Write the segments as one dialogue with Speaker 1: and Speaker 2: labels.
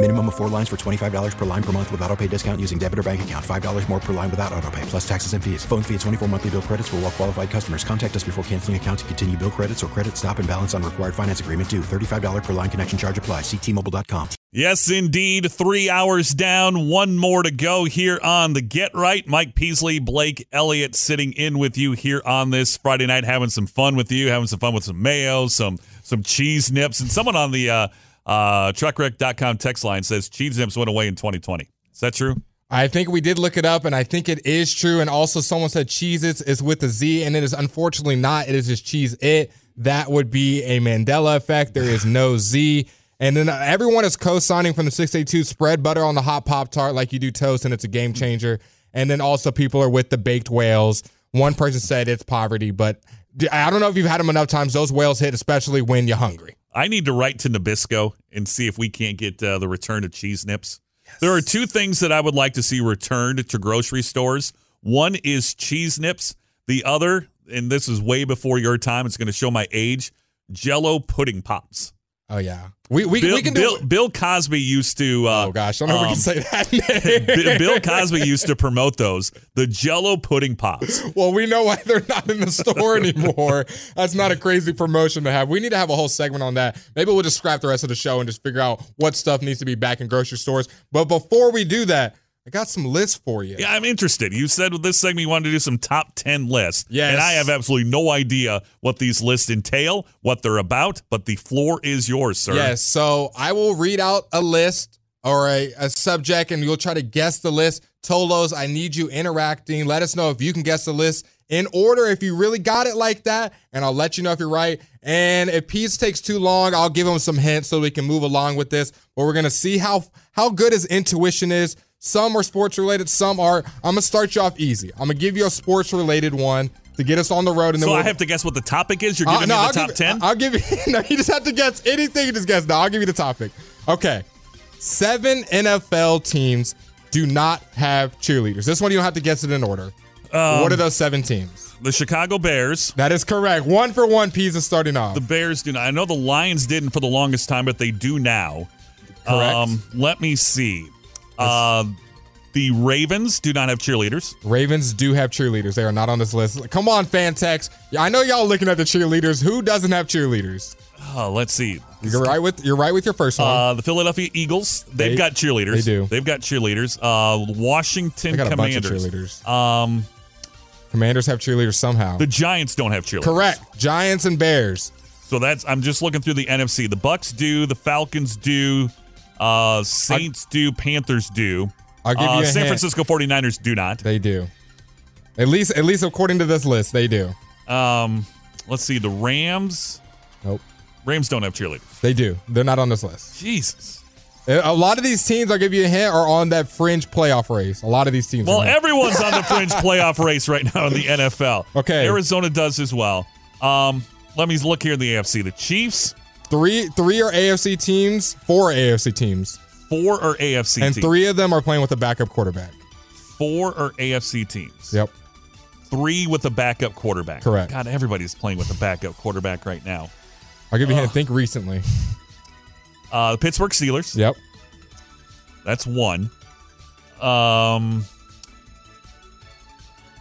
Speaker 1: Minimum of four lines for $25 per line per month with auto pay discount using debit or bank account. $5 more per line without auto pay, plus taxes and fees. Phone fee at 24 monthly bill credits for all well qualified customers. Contact us before canceling account to continue bill credits or credit stop and balance on required finance agreement due. $35 per line connection charge apply. Ctmobile.com.
Speaker 2: Yes, indeed. Three hours down, one more to go here on the Get Right. Mike Peasley, Blake Elliott sitting in with you here on this Friday night, having some fun with you, having some fun with some mayo, some some cheese nips, and someone on the uh uh, truckwreck.com text line says Cheese Nips went away in 2020. Is that true?
Speaker 3: I think we did look it up, and I think it is true. And also, someone said Cheez Its is with a Z, and it is unfortunately not. It is just Cheese It. That would be a Mandela effect. There is no Z. And then uh, everyone is co signing from the 682 spread butter on the hot Pop Tart like you do toast, and it's a game changer. And then also, people are with the baked whales. One person said it's poverty, but I don't know if you've had them enough times. Those whales hit, especially when you're hungry.
Speaker 2: I need to write to Nabisco and see if we can't get uh, the return of cheese nips. Yes. There are two things that I would like to see returned to grocery stores. One is cheese nips. The other, and this is way before your time, it's going to show my age, Jello pudding pops.
Speaker 3: Oh yeah, we we,
Speaker 2: Bill,
Speaker 3: we can
Speaker 2: Bill, Bill, Cosby used to.
Speaker 3: Uh, oh gosh, I don't know um, if we can say
Speaker 2: that. Bill Cosby used to promote those the Jello pudding pops.
Speaker 3: Well, we know why they're not in the store anymore. That's not a crazy promotion to have. We need to have a whole segment on that. Maybe we'll just scrap the rest of the show and just figure out what stuff needs to be back in grocery stores. But before we do that. I got some lists for you.
Speaker 2: Yeah, I'm interested. You said with this segment you wanted to do some top 10 lists. Yes. And I have absolutely no idea what these lists entail, what they're about, but the floor is yours, sir.
Speaker 3: Yes. So I will read out a list or a, a subject and you'll try to guess the list. Tolos, I need you interacting. Let us know if you can guess the list in order if you really got it like that. And I'll let you know if you're right. And if Peace takes too long, I'll give him some hints so we can move along with this. But we're going to see how, how good his intuition is. Some are sports related, some are. I'm gonna start you off easy. I'm gonna give you a sports related one to get us on the road. And
Speaker 2: so
Speaker 3: we'll,
Speaker 2: I have to guess what the topic is. You're giving uh, no, me the
Speaker 3: I'll
Speaker 2: top ten.
Speaker 3: I'll give you. No, you just have to guess anything. You just guess. No, I'll give you the topic. Okay, seven NFL teams do not have cheerleaders. This one you don't have to guess it in order. Um, what are those seven teams?
Speaker 2: The Chicago Bears.
Speaker 3: That is correct. One for one. Peas is starting off.
Speaker 2: The Bears do not. I know the Lions didn't for the longest time, but they do now.
Speaker 3: Correct. Um,
Speaker 2: let me see. Uh, the Ravens do not have cheerleaders.
Speaker 3: Ravens do have cheerleaders. They are not on this list. Come on, Fantex. I know y'all looking at the cheerleaders. Who doesn't have cheerleaders?
Speaker 2: Oh, let's see.
Speaker 3: You're right with you're right with your first one.
Speaker 2: Uh, the Philadelphia Eagles. They've they, got cheerleaders.
Speaker 3: Mm-hmm. They do.
Speaker 2: They've got cheerleaders. Uh, Washington
Speaker 3: got
Speaker 2: Commanders.
Speaker 3: cheerleaders.
Speaker 2: Um,
Speaker 3: Commanders have cheerleaders somehow.
Speaker 2: The Giants don't have cheerleaders.
Speaker 3: Correct. Giants and Bears.
Speaker 2: So that's I'm just looking through the NFC. The Bucks do. The Falcons do. Uh, Saints I, do, Panthers do.
Speaker 3: I'll give you
Speaker 2: uh,
Speaker 3: a
Speaker 2: San
Speaker 3: hint.
Speaker 2: Francisco 49ers do not.
Speaker 3: They do. At least at least according to this list, they do.
Speaker 2: Um let's see, the Rams.
Speaker 3: Nope.
Speaker 2: Rams don't have cheerleaders.
Speaker 3: They do. They're not on this list.
Speaker 2: Jesus.
Speaker 3: A lot of these teams, I'll give you a hint, are on that fringe playoff race. A lot of these teams.
Speaker 2: Well, everyone's on the fringe playoff race right now in the NFL.
Speaker 3: Okay.
Speaker 2: Arizona does as well. Um, let me look here in the AFC. The Chiefs,
Speaker 3: Three three are AFC teams, four are AFC teams.
Speaker 2: Four are AFC
Speaker 3: and
Speaker 2: teams.
Speaker 3: three of them are playing with a backup quarterback.
Speaker 2: Four are AFC teams.
Speaker 3: Yep.
Speaker 2: Three with a backup quarterback.
Speaker 3: Correct.
Speaker 2: God, everybody's playing with a backup quarterback right now.
Speaker 3: I'll give you Ugh. a hint. Think recently.
Speaker 2: Uh, the Pittsburgh Steelers.
Speaker 3: Yep.
Speaker 2: That's one. Um,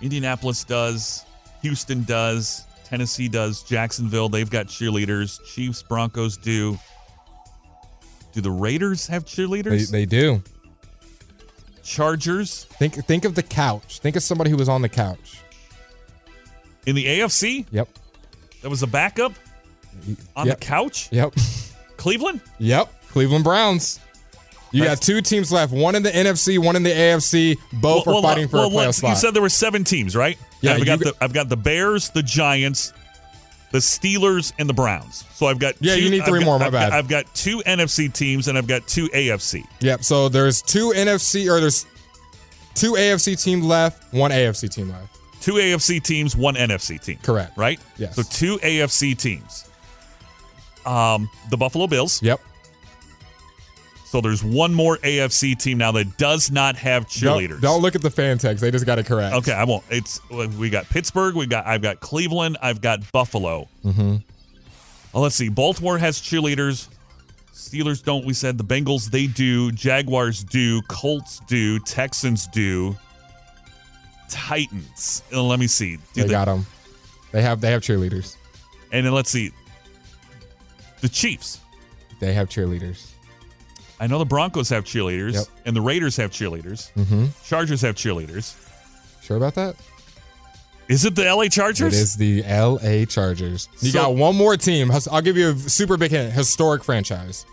Speaker 2: Indianapolis does. Houston does. Tennessee does. Jacksonville, they've got cheerleaders. Chiefs, Broncos do. Do the Raiders have cheerleaders?
Speaker 3: They, they, do.
Speaker 2: Chargers.
Speaker 3: Think think of the couch. Think of somebody who was on the couch.
Speaker 2: in the AFC
Speaker 3: Yep.
Speaker 2: that was a backup on
Speaker 3: Yep.
Speaker 2: the couch.
Speaker 3: Yep.
Speaker 2: Cleveland.
Speaker 3: Yep. Cleveland Browns. You got two teams left, one in the NFC, one in the AFC, both are fighting for
Speaker 2: well,
Speaker 3: a playoff
Speaker 2: let's-
Speaker 3: spot.
Speaker 2: You said there were seven teams, right?
Speaker 3: Yeah,
Speaker 2: I've got
Speaker 3: you-
Speaker 2: the I've got the Bears, the Giants, the Steelers, and the Browns. So I've got
Speaker 3: Yeah,
Speaker 2: two,
Speaker 3: you need
Speaker 2: I've
Speaker 3: three
Speaker 2: got-
Speaker 3: more, my
Speaker 2: I've got-
Speaker 3: bad.
Speaker 2: I've got two NFC teams and I've got two AFC.
Speaker 3: Yep. So there's two NFC or there's two AFC team left, one AFC team left.
Speaker 2: Two AFC teams, one NFC team.
Speaker 3: Correct.
Speaker 2: Right.
Speaker 3: Yes.
Speaker 2: So two AFC teams. Um, the Buffalo Bills.
Speaker 3: Yep.
Speaker 2: So there's one more AFC team now that does not have cheerleaders.
Speaker 3: Don't, don't look at the fan text. They just got it correct.
Speaker 2: Okay, I won't. It's we got Pittsburgh, we got I've got Cleveland, I've got Buffalo. Mm-hmm. Well, let's see. Baltimore has cheerleaders. Steelers don't. We said the Bengals they do. Jaguars do. Colts do. Texans do. Titans. Uh, Let me see. Do
Speaker 3: They
Speaker 2: the-
Speaker 3: got them. They have they have cheerleaders.
Speaker 2: and then let's see. The Chiefs.
Speaker 3: They have cheerleaders.
Speaker 2: I know the Broncos have cheerleaders,
Speaker 3: Yep. Mm-hmm.
Speaker 2: and the Raiders have cheerleaders. Chargers have cheerleaders.
Speaker 3: Sure about that?
Speaker 2: Is it the LA
Speaker 3: It
Speaker 2: Chargers?
Speaker 3: is the LA Chargers. You
Speaker 2: So-
Speaker 3: got one more team. Hus- I'll give you a super big hint. Historic franchise.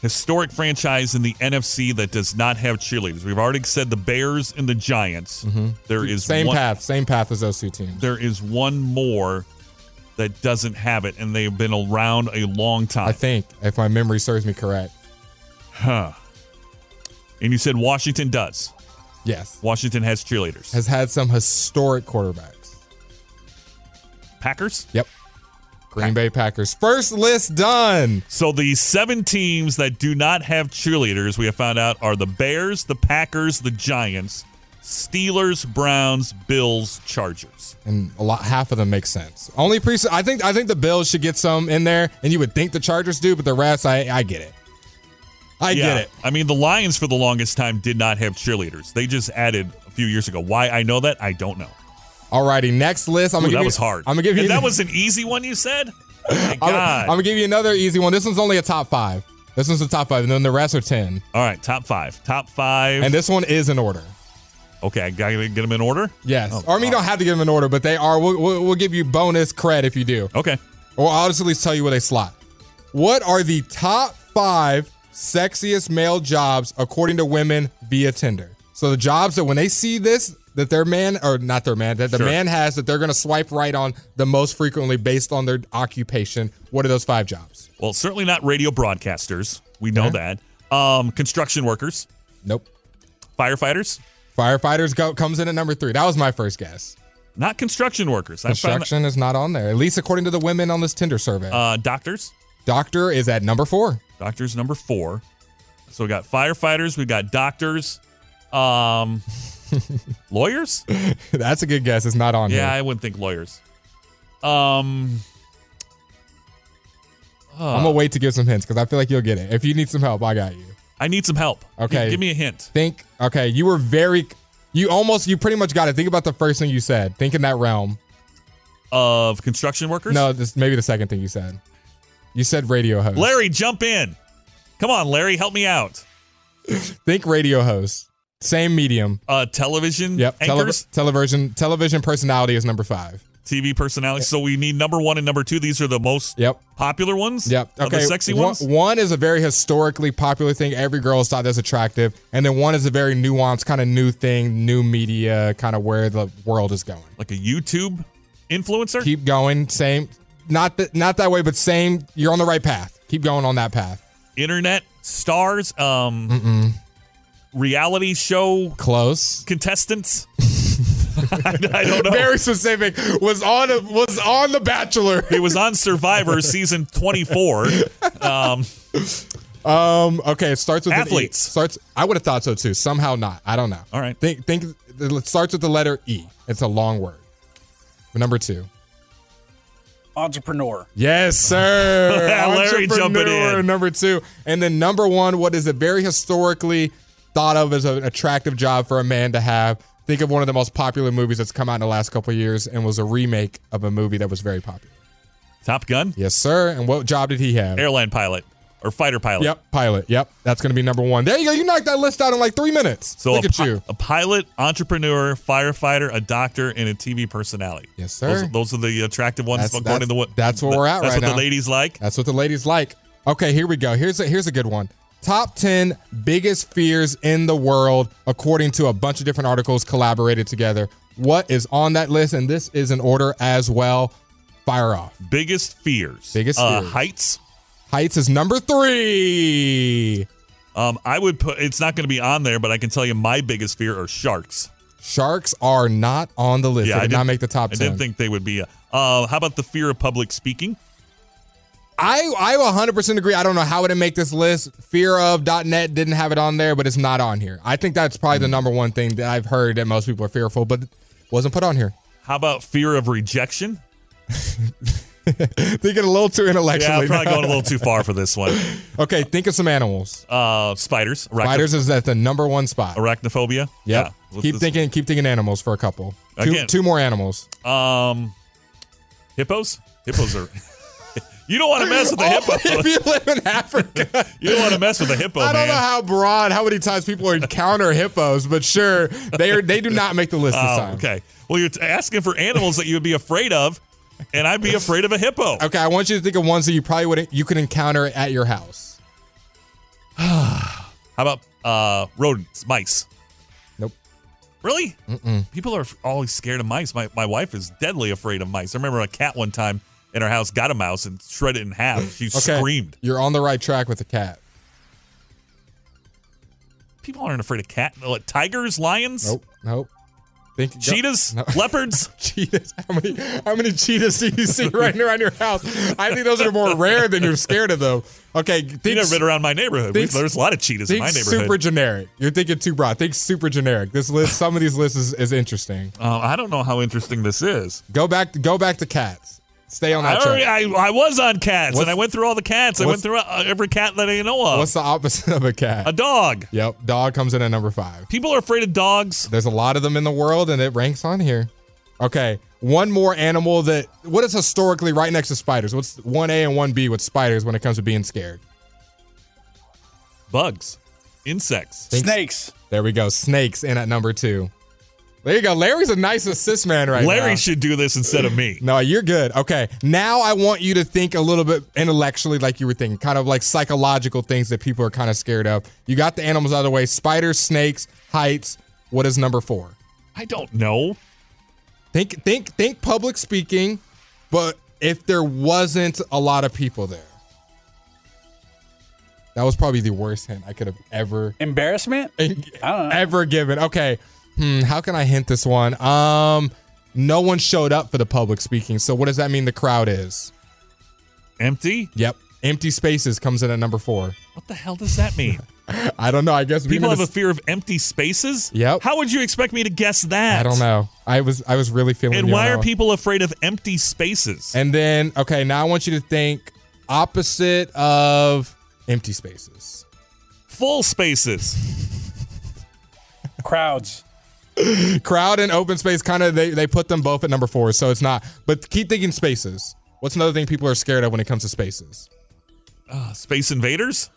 Speaker 2: historic franchise in the NFC that does not have cheerleaders. We've already said the Bears and the Giants. There is
Speaker 3: Mm-hmm. Same
Speaker 2: one,
Speaker 3: path. Same path as those two teams.
Speaker 2: There is one more that doesn't have it, and they've been around a long time.
Speaker 3: I think, if my memory serves me correct.
Speaker 2: Huh. And you said Washington does.
Speaker 3: Yes.
Speaker 2: Washington has cheerleaders.
Speaker 3: Has had some historic quarterbacks.
Speaker 2: Packers.
Speaker 3: Yep. Green Bay Packers. First list done.
Speaker 2: So the seven teams that do not have cheerleaders, we have found out, are the Bears, the Packers, the Giants, Steelers, Browns, Bills, Chargers.
Speaker 3: And a lot half of them make sense. Only pre I think I think the Bills should get some in there, and you would think the Chargers do, but the rest I I get it. I
Speaker 2: Yeah.
Speaker 3: get it.
Speaker 2: I mean, the Lions for the longest time did not have cheerleaders. They just added a few years ago. Why I know that, I don't know.
Speaker 3: Alrighty, next list. I'm
Speaker 2: Ooh,
Speaker 3: gonna give
Speaker 2: that
Speaker 3: you,
Speaker 2: was hard.
Speaker 3: I'm gonna give you
Speaker 2: And that was an easy one. You said. Oh my
Speaker 3: I'm,
Speaker 2: God.
Speaker 3: I'm gonna give you another easy one. This one's only a top five. This one's a top five, and then the rest are ten.
Speaker 2: All right, top five. Top five.
Speaker 3: And this one is in order.
Speaker 2: okay, I gotta get them in order.
Speaker 3: Yes.
Speaker 2: Oh,
Speaker 3: or I mean, you don't have to give them in order, but they are. We'll, we'll, we'll give you bonus cred if you do.
Speaker 2: Okay.
Speaker 3: Or I'll just at least tell you where they slot. What are the top five sexiest male jobs according to women via Tinder? So the jobs that when they see this, that their man or not their man, that the
Speaker 2: Sure.
Speaker 3: man has that they're gonna swipe right on the most frequently based on their occupation. What are those five jobs?
Speaker 2: Well, certainly not radio broadcasters. We know that. Um, construction workers,
Speaker 3: Nope.
Speaker 2: firefighters,
Speaker 3: Firefighters go comes in at number three. That was my first guess.
Speaker 2: not construction workers. I found that-
Speaker 3: Construction is not on there, at least according to the women on this Tinder survey.
Speaker 2: uh, doctors.
Speaker 3: Doctor is at number four.
Speaker 2: Doctors number four. So we got firefighters. We got doctors. Um, lawyers.
Speaker 3: That's a good guess. It's not on
Speaker 2: Yeah,
Speaker 3: here.
Speaker 2: I wouldn't think lawyers. Um,
Speaker 3: I'm
Speaker 2: Uh.
Speaker 3: gonna wait to give some hints because I feel like you'll get it. If you need some help, I got you.
Speaker 2: I need some help.
Speaker 3: Okay.
Speaker 2: Gi- give me a hint.
Speaker 3: Think. Okay, you were very. You almost. You pretty much got it. Think about the first thing you said. Think in that realm.
Speaker 2: Of construction workers.
Speaker 3: No, this maybe the second thing you said. You said radio host.
Speaker 2: Larry, jump in. Come on, Larry, help me out.
Speaker 3: Think radio host. Same medium.
Speaker 2: Uh, television
Speaker 3: Yep. tele-
Speaker 2: anchors,
Speaker 3: television. Television personality is number five.
Speaker 2: TV personality. So we need number one and number two. These are the most
Speaker 3: Yep.
Speaker 2: popular ones.
Speaker 3: Yep.
Speaker 2: Are the sexy
Speaker 3: one,
Speaker 2: ones.
Speaker 3: One is a very historically popular thing. Every girl has thought that's attractive, and then one is a very nuanced, kind of new thing, new media, kind of where the world is going.
Speaker 2: Like a YouTube influencer.
Speaker 3: Keep going. Same. Not that. Not that way, but same. You're on the right path. Keep going on that path.
Speaker 2: Internet stars. Um, reality show
Speaker 3: Close.
Speaker 2: contestants. I, I don't know.
Speaker 3: Very specific. Was on. A, was on the Bachelor.
Speaker 2: He was on Survivor season 24. Um,
Speaker 3: Um. Okay. It starts with an E.
Speaker 2: Athletes.
Speaker 3: Starts. I would have thought so too. Somehow not. I don't know.
Speaker 2: All right.
Speaker 3: Think. Think. It starts with the letter E. It's a long word. Number two.
Speaker 4: Entrepreneur.
Speaker 3: Yes, sir.
Speaker 2: Larry jumping
Speaker 3: Entrepreneur
Speaker 2: in.
Speaker 3: Number two. And then number one, what is a very historically thought of as an attractive job for a man to have. Think of one of the most popular movies that's come out in the last couple of years and was a remake of a movie that was very popular.
Speaker 2: Top Gun,
Speaker 3: Yes, sir. And what job did he have?
Speaker 2: airline pilot. or fighter pilot.
Speaker 3: Yep, pilot. Yep, that's going to be number one. There you go. You knocked that list out in like three minutes.
Speaker 2: So
Speaker 3: look
Speaker 2: a,
Speaker 3: at
Speaker 2: pi-
Speaker 3: you.
Speaker 2: a pilot, entrepreneur, firefighter, a doctor, and a TV personality.
Speaker 3: Yes, sir.
Speaker 2: Those, those are the attractive ones.
Speaker 3: That's-
Speaker 2: according
Speaker 3: that's-
Speaker 2: to what
Speaker 3: that's where we're at
Speaker 2: That's
Speaker 3: right
Speaker 2: what
Speaker 3: now.
Speaker 2: the ladies like.
Speaker 3: That's what the ladies like. Okay, here we go. Here's a here's a good one. Top 10 biggest fears in the world, according to a bunch of different articles collaborated together. What is on that list? And this is an order as well. Fire off.
Speaker 2: Biggest fears.
Speaker 3: Biggest
Speaker 2: uh,
Speaker 3: fears.
Speaker 2: heights.
Speaker 3: Heights is number three.
Speaker 2: Um, I would put. It's not going to be on there, but I can tell you my biggest fear are sharks.
Speaker 3: Sharks are not on the list. they did
Speaker 2: didn't-
Speaker 3: not make the top
Speaker 2: I
Speaker 3: 10.
Speaker 2: didn't think they would be. Uh, uh, how about the fear of public speaking?
Speaker 3: I, I 100% agree. I don't know how it would make this list. Fear of .net didn't have it on there, but it's not on here. I think that's probably
Speaker 2: Mm.
Speaker 3: the number one thing that I've heard that most people are fearful, but it wasn't put on here.
Speaker 2: How about fear of rejection?
Speaker 3: Thinking a little too intellectually.
Speaker 2: Yeah, I'm probably
Speaker 3: now.
Speaker 2: going a little too far for this one.
Speaker 3: Okay, think of some animals.
Speaker 2: Uh, spiders. arachno-
Speaker 3: Spiders is at the number one spot.
Speaker 2: Arachnophobia.
Speaker 3: Yep.
Speaker 2: Yeah.
Speaker 3: Keep
Speaker 2: This-
Speaker 3: thinking. Keep thinking animals for a couple. Two,
Speaker 2: Again.
Speaker 3: two more animals.
Speaker 2: Um, hippos. Hippos are. you don't want to mess with a
Speaker 3: if
Speaker 2: hippo.
Speaker 3: you live in Africa,
Speaker 2: You don't want to mess with a hippo,
Speaker 3: I don't
Speaker 2: Oh, man.
Speaker 3: know how broad, how many times people encounter hippos, but sure, they are. They do not make the list this
Speaker 2: Oh,
Speaker 3: time.
Speaker 2: okay. Well, you're t- asking for animals that you would be afraid of, and I'd be afraid of a hippo.
Speaker 3: Okay, I want you to think of ones that you probably wouldn't you could encounter at your house.
Speaker 2: How about uh, rodents, mice?
Speaker 3: Nope.
Speaker 2: Really? Mm-mm. People are always scared of mice. My my wife is deadly afraid of mice. I remember a cat one time in our house got a mouse and shredded it in half. She
Speaker 3: Okay.
Speaker 2: screamed.
Speaker 3: You're on the right track with the cat.
Speaker 2: People aren't afraid of cat. What, tigers, lions,
Speaker 3: Nope. Nope. Think
Speaker 2: cheetahs,
Speaker 3: No.
Speaker 2: leopards.
Speaker 3: cheetahs. How many how many cheetahs do you see right around your house? I think those are more rare than you're scared of though. Okay,
Speaker 2: You've
Speaker 3: think,
Speaker 2: never been around my neighborhood.
Speaker 3: think-
Speaker 2: There's a lot of cheetahs in
Speaker 3: think
Speaker 2: my neighborhood.
Speaker 3: super generic. You're thinking too broad. Think super generic. This list, some of these lists is, is interesting.
Speaker 2: Uh, I don't know how interesting this is.
Speaker 3: Go back go back to cats. Stay on
Speaker 2: I,
Speaker 3: that
Speaker 2: already,
Speaker 3: track.
Speaker 2: I, I was on cats,
Speaker 3: What's-
Speaker 2: and I went through all the cats. I
Speaker 3: what's-
Speaker 2: went through uh, every cat that I know of.
Speaker 3: What's the opposite of a cat?
Speaker 2: A dog.
Speaker 3: yep, dog comes in at number five.
Speaker 2: People are afraid of dogs.
Speaker 3: There's a lot of them in the world, and it ranks on here. Okay, one more animal that what is historically right next to spiders? What's one A and one B with spiders when it comes to being scared?
Speaker 2: Bugs. Insects.
Speaker 4: Snakes.
Speaker 3: There we go. Snakes in at number two. There you go. Larry's a nice assist man right now.
Speaker 2: Larry should do this instead of me.
Speaker 3: No, you're good. Okay. Now I want you to think a little bit intellectually, like you were thinking, kind of like psychological things that people are kind of scared of. You got the animals out of the way spiders, snakes, heights. What is number four?
Speaker 2: I don't know.
Speaker 3: Think think think public speaking, but if there wasn't a lot of people there. That was probably the worst hint I could have ever
Speaker 4: Embarrassment.
Speaker 3: ever given. Okay. Hmm, how can I hint this one? Um no one showed up for the public speaking. So what does that mean the crowd is?
Speaker 2: Empty?
Speaker 3: Yep. Empty spaces comes in at number 4.
Speaker 2: What the hell does that mean?
Speaker 3: I don't know. I guess we
Speaker 2: People
Speaker 3: made
Speaker 2: have a fear of empty spaces?
Speaker 3: Yep.
Speaker 2: How would you expect me to guess that?
Speaker 3: I don't know. I was I was really feeling
Speaker 2: And
Speaker 3: you on
Speaker 2: why
Speaker 3: that
Speaker 2: are
Speaker 3: one.
Speaker 2: people afraid of empty spaces?
Speaker 3: And then, okay, now I want you to think opposite of empty spaces.
Speaker 2: Full spaces.
Speaker 4: Crowds.
Speaker 3: Crowd and open space, kind of, they, they put them both at number four, so it's not. But keep thinking spaces. What's another thing people are scared of when it comes to spaces?
Speaker 2: Uh, space invaders?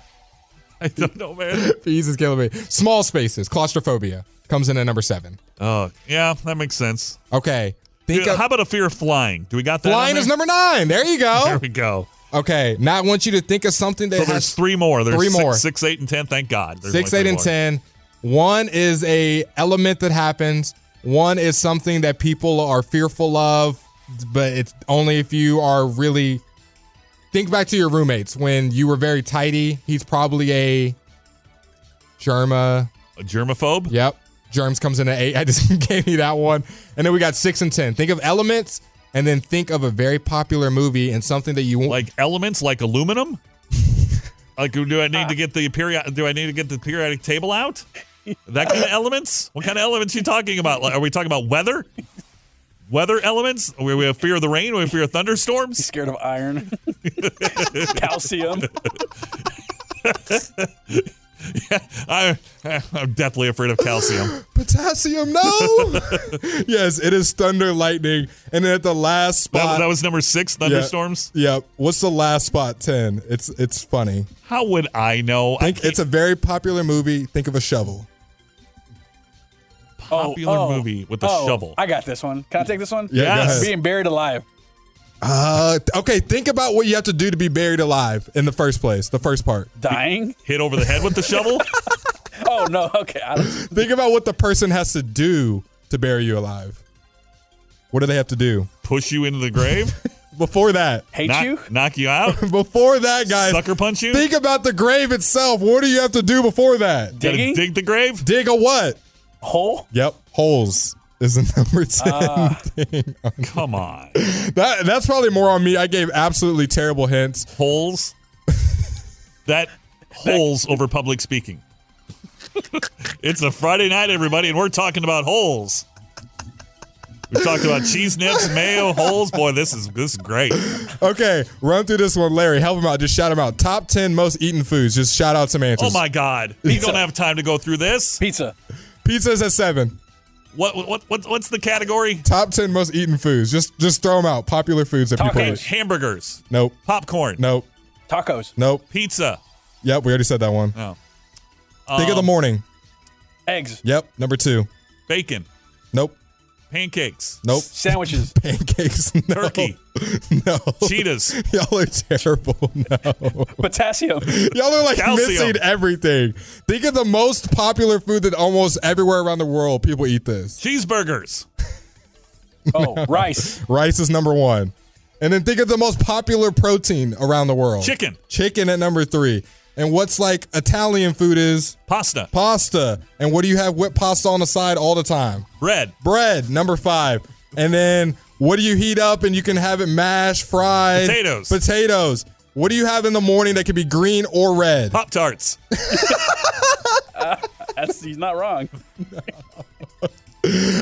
Speaker 2: I don't know, man.
Speaker 3: Jesus killing me. Small spaces, claustrophobia comes in at number seven.
Speaker 2: Oh, yeah, that makes sense.
Speaker 3: Okay. Think
Speaker 2: Yeah,
Speaker 3: of,
Speaker 2: How about a fear of flying? Do we got that? on
Speaker 3: flying
Speaker 2: there?
Speaker 3: is number nine. There you
Speaker 2: There
Speaker 3: go.
Speaker 2: we go.
Speaker 3: Okay. Now I want you to think of something that
Speaker 2: So
Speaker 3: has
Speaker 2: there's three more. There's
Speaker 3: three more.
Speaker 2: Six, six, eight, and ten. Thank God. There's
Speaker 3: six,
Speaker 2: only
Speaker 3: eight,
Speaker 2: three
Speaker 3: and
Speaker 2: more.
Speaker 3: ten. One is a element that happens. One is something that people are fearful of, but it's only if you are really. Think back to your roommates when you were very tidy. He's probably a germa.
Speaker 2: A germaphobe.
Speaker 3: Yep, germs comes in at eight. I just gave you that one, and then we got six and ten. Think of elements, and then think of a very popular movie and something that you won't.
Speaker 2: Like elements, like aluminum. like, do I need
Speaker 3: Ah.
Speaker 2: to get the period? Do I need to get the periodic table out? That kind of elements. What kind of elements you talking about? Like, are we talking about weather? Weather elements? We, we have fear of the rain. We have fear of
Speaker 4: He's
Speaker 2: thunderstorms.
Speaker 4: scared of iron. Calcium.
Speaker 2: I, I'm deathly afraid of calcium.
Speaker 3: Potassium, no. yes, it is thunder lightning, and then at the last spot.
Speaker 2: That, that was number six, thunderstorms.
Speaker 3: Yep. What's the last spot? Ten. It's it's funny.
Speaker 2: How would I know? I
Speaker 3: Think
Speaker 2: can't-
Speaker 3: it's a very popular movie. Think of a shovel.
Speaker 2: popular movie with a
Speaker 4: oh,
Speaker 2: shovel.
Speaker 4: I got this one. Can I take this one?
Speaker 3: Yeah,
Speaker 2: go Yes. ahead.
Speaker 4: Being buried alive.
Speaker 3: Uh, th- okay, think about what you have to do to be buried alive in the first place, the first part.
Speaker 4: Dying?
Speaker 2: Hit over the head with the shovel.
Speaker 4: Oh, no. Okay. I don't-
Speaker 3: Think about what the person has to do to bury you alive. What do they have to do?
Speaker 2: Push you into the grave.
Speaker 3: Before that,
Speaker 4: hate
Speaker 2: knock,
Speaker 4: you?
Speaker 2: knock you out.
Speaker 3: before that, guys,
Speaker 2: Sucker punch you.
Speaker 3: think about the grave itself. What do you have to do before that?
Speaker 2: Gotta
Speaker 4: Digging?
Speaker 2: dig the grave.
Speaker 3: Dig a what?
Speaker 4: Hole?
Speaker 3: Yep, holes is the number 10
Speaker 2: Ah.
Speaker 3: thing.
Speaker 2: Come on.
Speaker 3: That, that's probably more on me. I gave absolutely terrible hints.
Speaker 2: Holes. That holes over public speaking. it's a Friday night, everybody, and we're talking about holes. We talked about cheese nips, mayo, holes. Boy, this is this is great.
Speaker 3: Okay, run through this one, Larry. Help him out. Just shout him out. Top 10 most eaten foods. Just shout out some answers.
Speaker 2: Oh my God, we don't have time to go through this.
Speaker 4: Pizza.
Speaker 3: Pizza's at seven.
Speaker 2: What what what what's the category?
Speaker 3: Top ten most eaten foods. Just just throw them out. Popular foods that people
Speaker 2: Ham-
Speaker 3: eat.
Speaker 2: hamburgers,
Speaker 3: Nope.
Speaker 2: popcorn,
Speaker 3: Nope.
Speaker 4: Tacos.
Speaker 3: Nope.
Speaker 2: pizza.
Speaker 3: Yep. We already said that one.
Speaker 2: No,
Speaker 3: Think of
Speaker 2: Um,
Speaker 3: the morning.
Speaker 4: Eggs.
Speaker 3: Yep. Number two.
Speaker 2: bacon,
Speaker 3: Nope.
Speaker 2: pancakes,
Speaker 3: Nope.
Speaker 4: Sandwiches.
Speaker 3: Pancakes. No.
Speaker 2: turkey,
Speaker 3: No.
Speaker 2: cheetahs.
Speaker 3: Y'all are terrible. No.
Speaker 4: Potassium.
Speaker 3: Y'all are like
Speaker 2: Calcium.
Speaker 3: missing everything. Think of the most popular food that almost everywhere around the world people eat this.
Speaker 2: cheeseburgers,
Speaker 4: Oh, rice.
Speaker 3: Rice is number one. And then think of the most popular protein around the world.
Speaker 2: Chicken.
Speaker 3: Chicken at number three. And what's like Italian food is
Speaker 2: pasta,
Speaker 3: pasta. And what do you have with pasta on the side all the time?
Speaker 2: bread,
Speaker 3: Bread, number five. And then what do you heat up and you can have it mashed, fried?
Speaker 2: Potatoes.
Speaker 3: Potatoes. What do you have in the morning that could be green or red?
Speaker 2: pop tarts.
Speaker 4: That's, he's not wrong.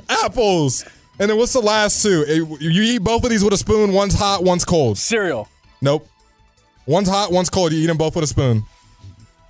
Speaker 3: Apples. And then what's the last two? Eh, You eat both of these with a spoon. One's hot, one's cold.
Speaker 4: Cereal.
Speaker 3: Nope. One's hot, one's cold. You eat them both with a spoon.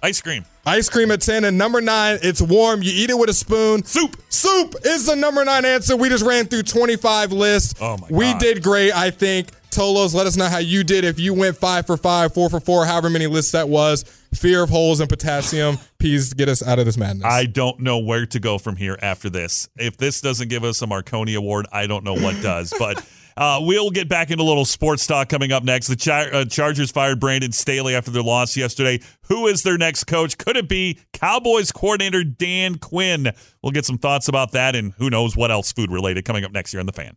Speaker 2: Ice cream.
Speaker 3: Ice cream at 10. And number nine, it's warm. You eat it with a spoon.
Speaker 2: Soup.
Speaker 3: Soup is the number nine answer. We just ran through 25 lists.
Speaker 2: Oh my
Speaker 3: We
Speaker 2: God.
Speaker 3: did great, I think. Tolos, let us know how you did. If you went five for five, four for four, however many lists that was. Fear of holes and potassium. Please get us out of this madness.
Speaker 2: I don't know where to go from here after this. If this doesn't give us a Marconi Award, I don't know what does. But uh, we'll get back into a little sports talk coming up next. The Char- uh, Chargers fired Brandon Staley after their loss yesterday. Who is their next coach? Could it be Cowboys coordinator Dan Quinn? We'll get some thoughts about that and who knows what else food related coming up next year on The Fan.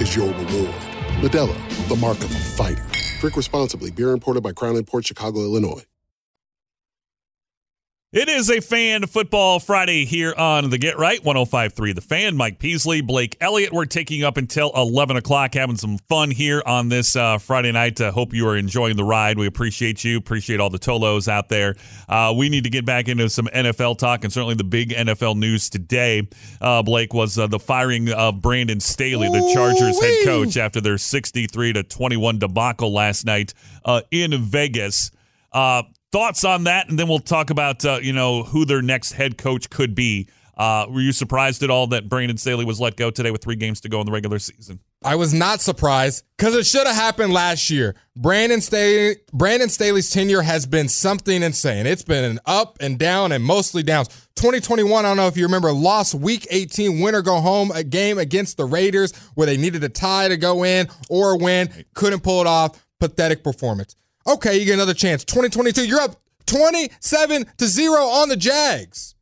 Speaker 5: is your reward. Medella, the mark of a fighter. Drink responsibly. Beer imported by Crown Port Chicago, Illinois.
Speaker 2: It is a fan football Friday here on the Get Right 1053. The fan, Mike Peasley, Blake Elliott. We're taking up until 11 o'clock, having some fun here on this uh, Friday night. uh, hope you are enjoying the ride. We appreciate you. Appreciate all the Tolos out there. Uh, we need to get back into some NFL talk and certainly the big NFL news today, uh, Blake, was uh, the firing of Brandon Staley, the Chargers head
Speaker 3: Ooh-wee.
Speaker 2: coach, after their 63 to 21 debacle last night uh, in Vegas. Uh, thoughts on that, and then we'll talk about uh, you know who their next head coach could be. Uh, were you surprised at all that Brandon Staley was let go today with three games to go in the regular season?
Speaker 3: I was not surprised because it should have happened last year. Brandon Staley, Brandon Staley's tenure has been something insane. It's been an up and down and mostly downs. 2021, I don't know if you remember, lost week 18, winner go home, a game against the Raiders where they needed a tie to go in or a win, couldn't pull it off. Pathetic performance. Okay, you get another chance. 2022, you're up 27 to 0 on the Jags.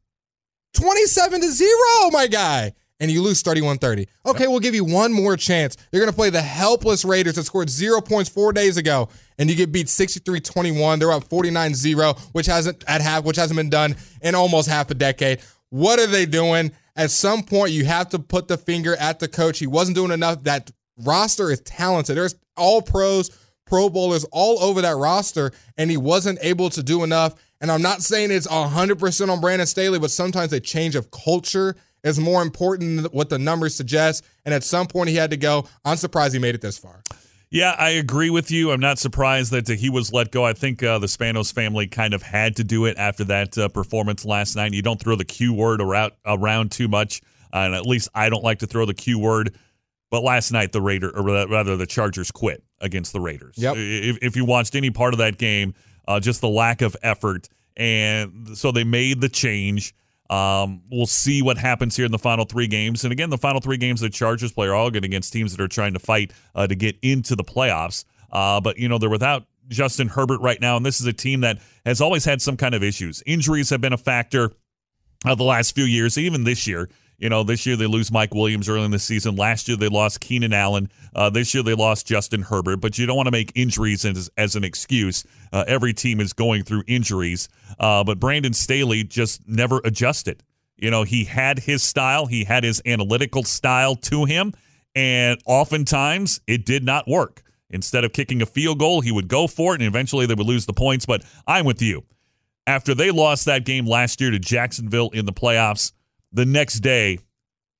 Speaker 3: 27 to 0, my guy. And you lose 31 30. Okay, we'll give you one more chance. You're going to play the helpless Raiders that scored zero points four days ago, and you get beat 63 21. They're up 49 0, which hasn't at half, which hasn't been done in almost half a decade. What are they doing? At some point, you have to put the finger at the coach. He wasn't doing enough. That roster is talented. There's all pros, Pro Bowlers all over that roster, and he wasn't able to do enough. And I'm not saying it's 100% on Brandon Staley, but sometimes a change of culture is more important than what the numbers suggest. And at some point, he had to go. I'm surprised he made it this far.
Speaker 2: Yeah, I agree with you. I'm not surprised that uh, he was let go. I think uh, the Spanos family kind of had to do it after that uh, performance last night. You don't throw the Q word around, around too much, uh, and at least I don't like to throw the Q word. But last night, the Raider, or rather, the Chargers quit against the Raiders. Uh,
Speaker 3: Yep.
Speaker 2: If, if you watched any part of that game, uh, just the lack of effort, and so they made the change. Um, we'll see what happens here in the final three games. And again, the final three games the Chargers play are all good against teams that are trying to fight uh, to get into the playoffs. Uh, but you know they're without Justin Herbert right now, and this is a team that has always had some kind of issues. Injuries have been a factor uh, the last few years, even this year. You know, this year they lose Mike Williams early in the season. Last year they lost Keenan Allen. Uh, this year they lost Justin Herbert. But you don't want to make injuries as, as an excuse. Uh, every team is going through injuries. Uh, but Brandon Staley just never adjusted. You know, he had his style, he had his analytical style to him. And oftentimes it did not work. Instead of kicking a field goal, he would go for it and eventually they would lose the points. But I'm with you after they lost that game last year to Jacksonville in the playoffs, the next day,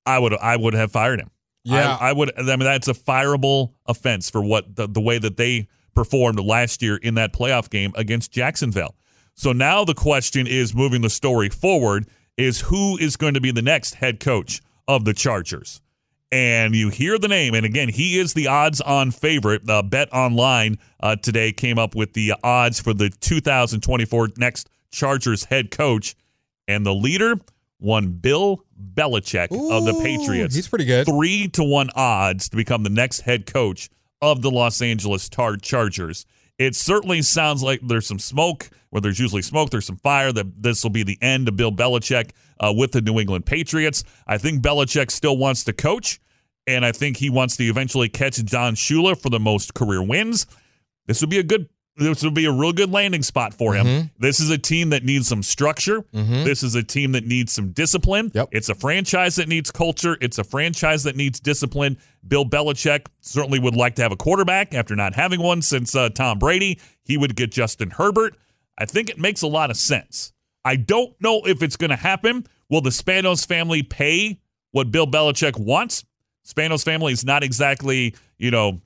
Speaker 2: I would I would have fired him.
Speaker 3: Yeah.
Speaker 2: I, I would. I mean, that's a fireable offense for what the, the way that they performed last year in that playoff game against Jacksonville. So now the question is, moving the story forward, is who is going to be the next head coach of the Chargers? and you hear the name, and again, he is the odds-on favorite. Uh, Bet Online uh, today came up with the odds for the 2024 next Chargers head coach, and the leader won Bill Belichick of the
Speaker 3: Ooh,
Speaker 2: Patriots.
Speaker 3: he's pretty good.
Speaker 2: Three to one odds to become the next head coach of the Los Angeles Tar Chargers. It certainly sounds like there's some smoke. Where there's usually smoke, there's some fire. That this will be the end of Bill Belichick uh, with the New England Patriots. I think Belichick still wants to coach, and I think he wants to eventually catch Don Shula for the most career wins. This would be a good. This would be a real good landing spot for him. This is a team that needs some structure. This is a team that needs some discipline.
Speaker 3: Yep.
Speaker 2: It's a franchise that needs culture. It's a franchise that needs discipline. Bill Belichick certainly would like to have a quarterback after not having one since uh, Tom Brady. He would get Justin Herbert. I think it makes a lot of sense. I don't know if it's going to happen. Will the Spanos family pay what Bill Belichick wants? Spanos family is not exactly, you know,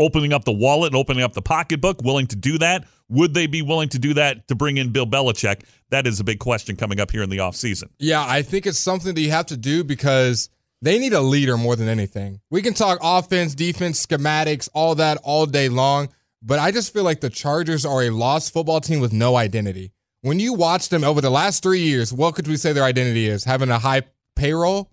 Speaker 2: opening up the wallet and opening up the pocketbook, willing to do that? Would they be willing to do that to bring in Bill Belichick? That is a big question coming up here in the offseason.
Speaker 3: Yeah, I think it's something that you have to do because they need a leader more than anything. We can talk offense, defense, schematics, all that all day long, but I just feel like the Chargers are a lost football team with no identity. When you watch them over the last three years, what could we say their identity is? Having a high payroll,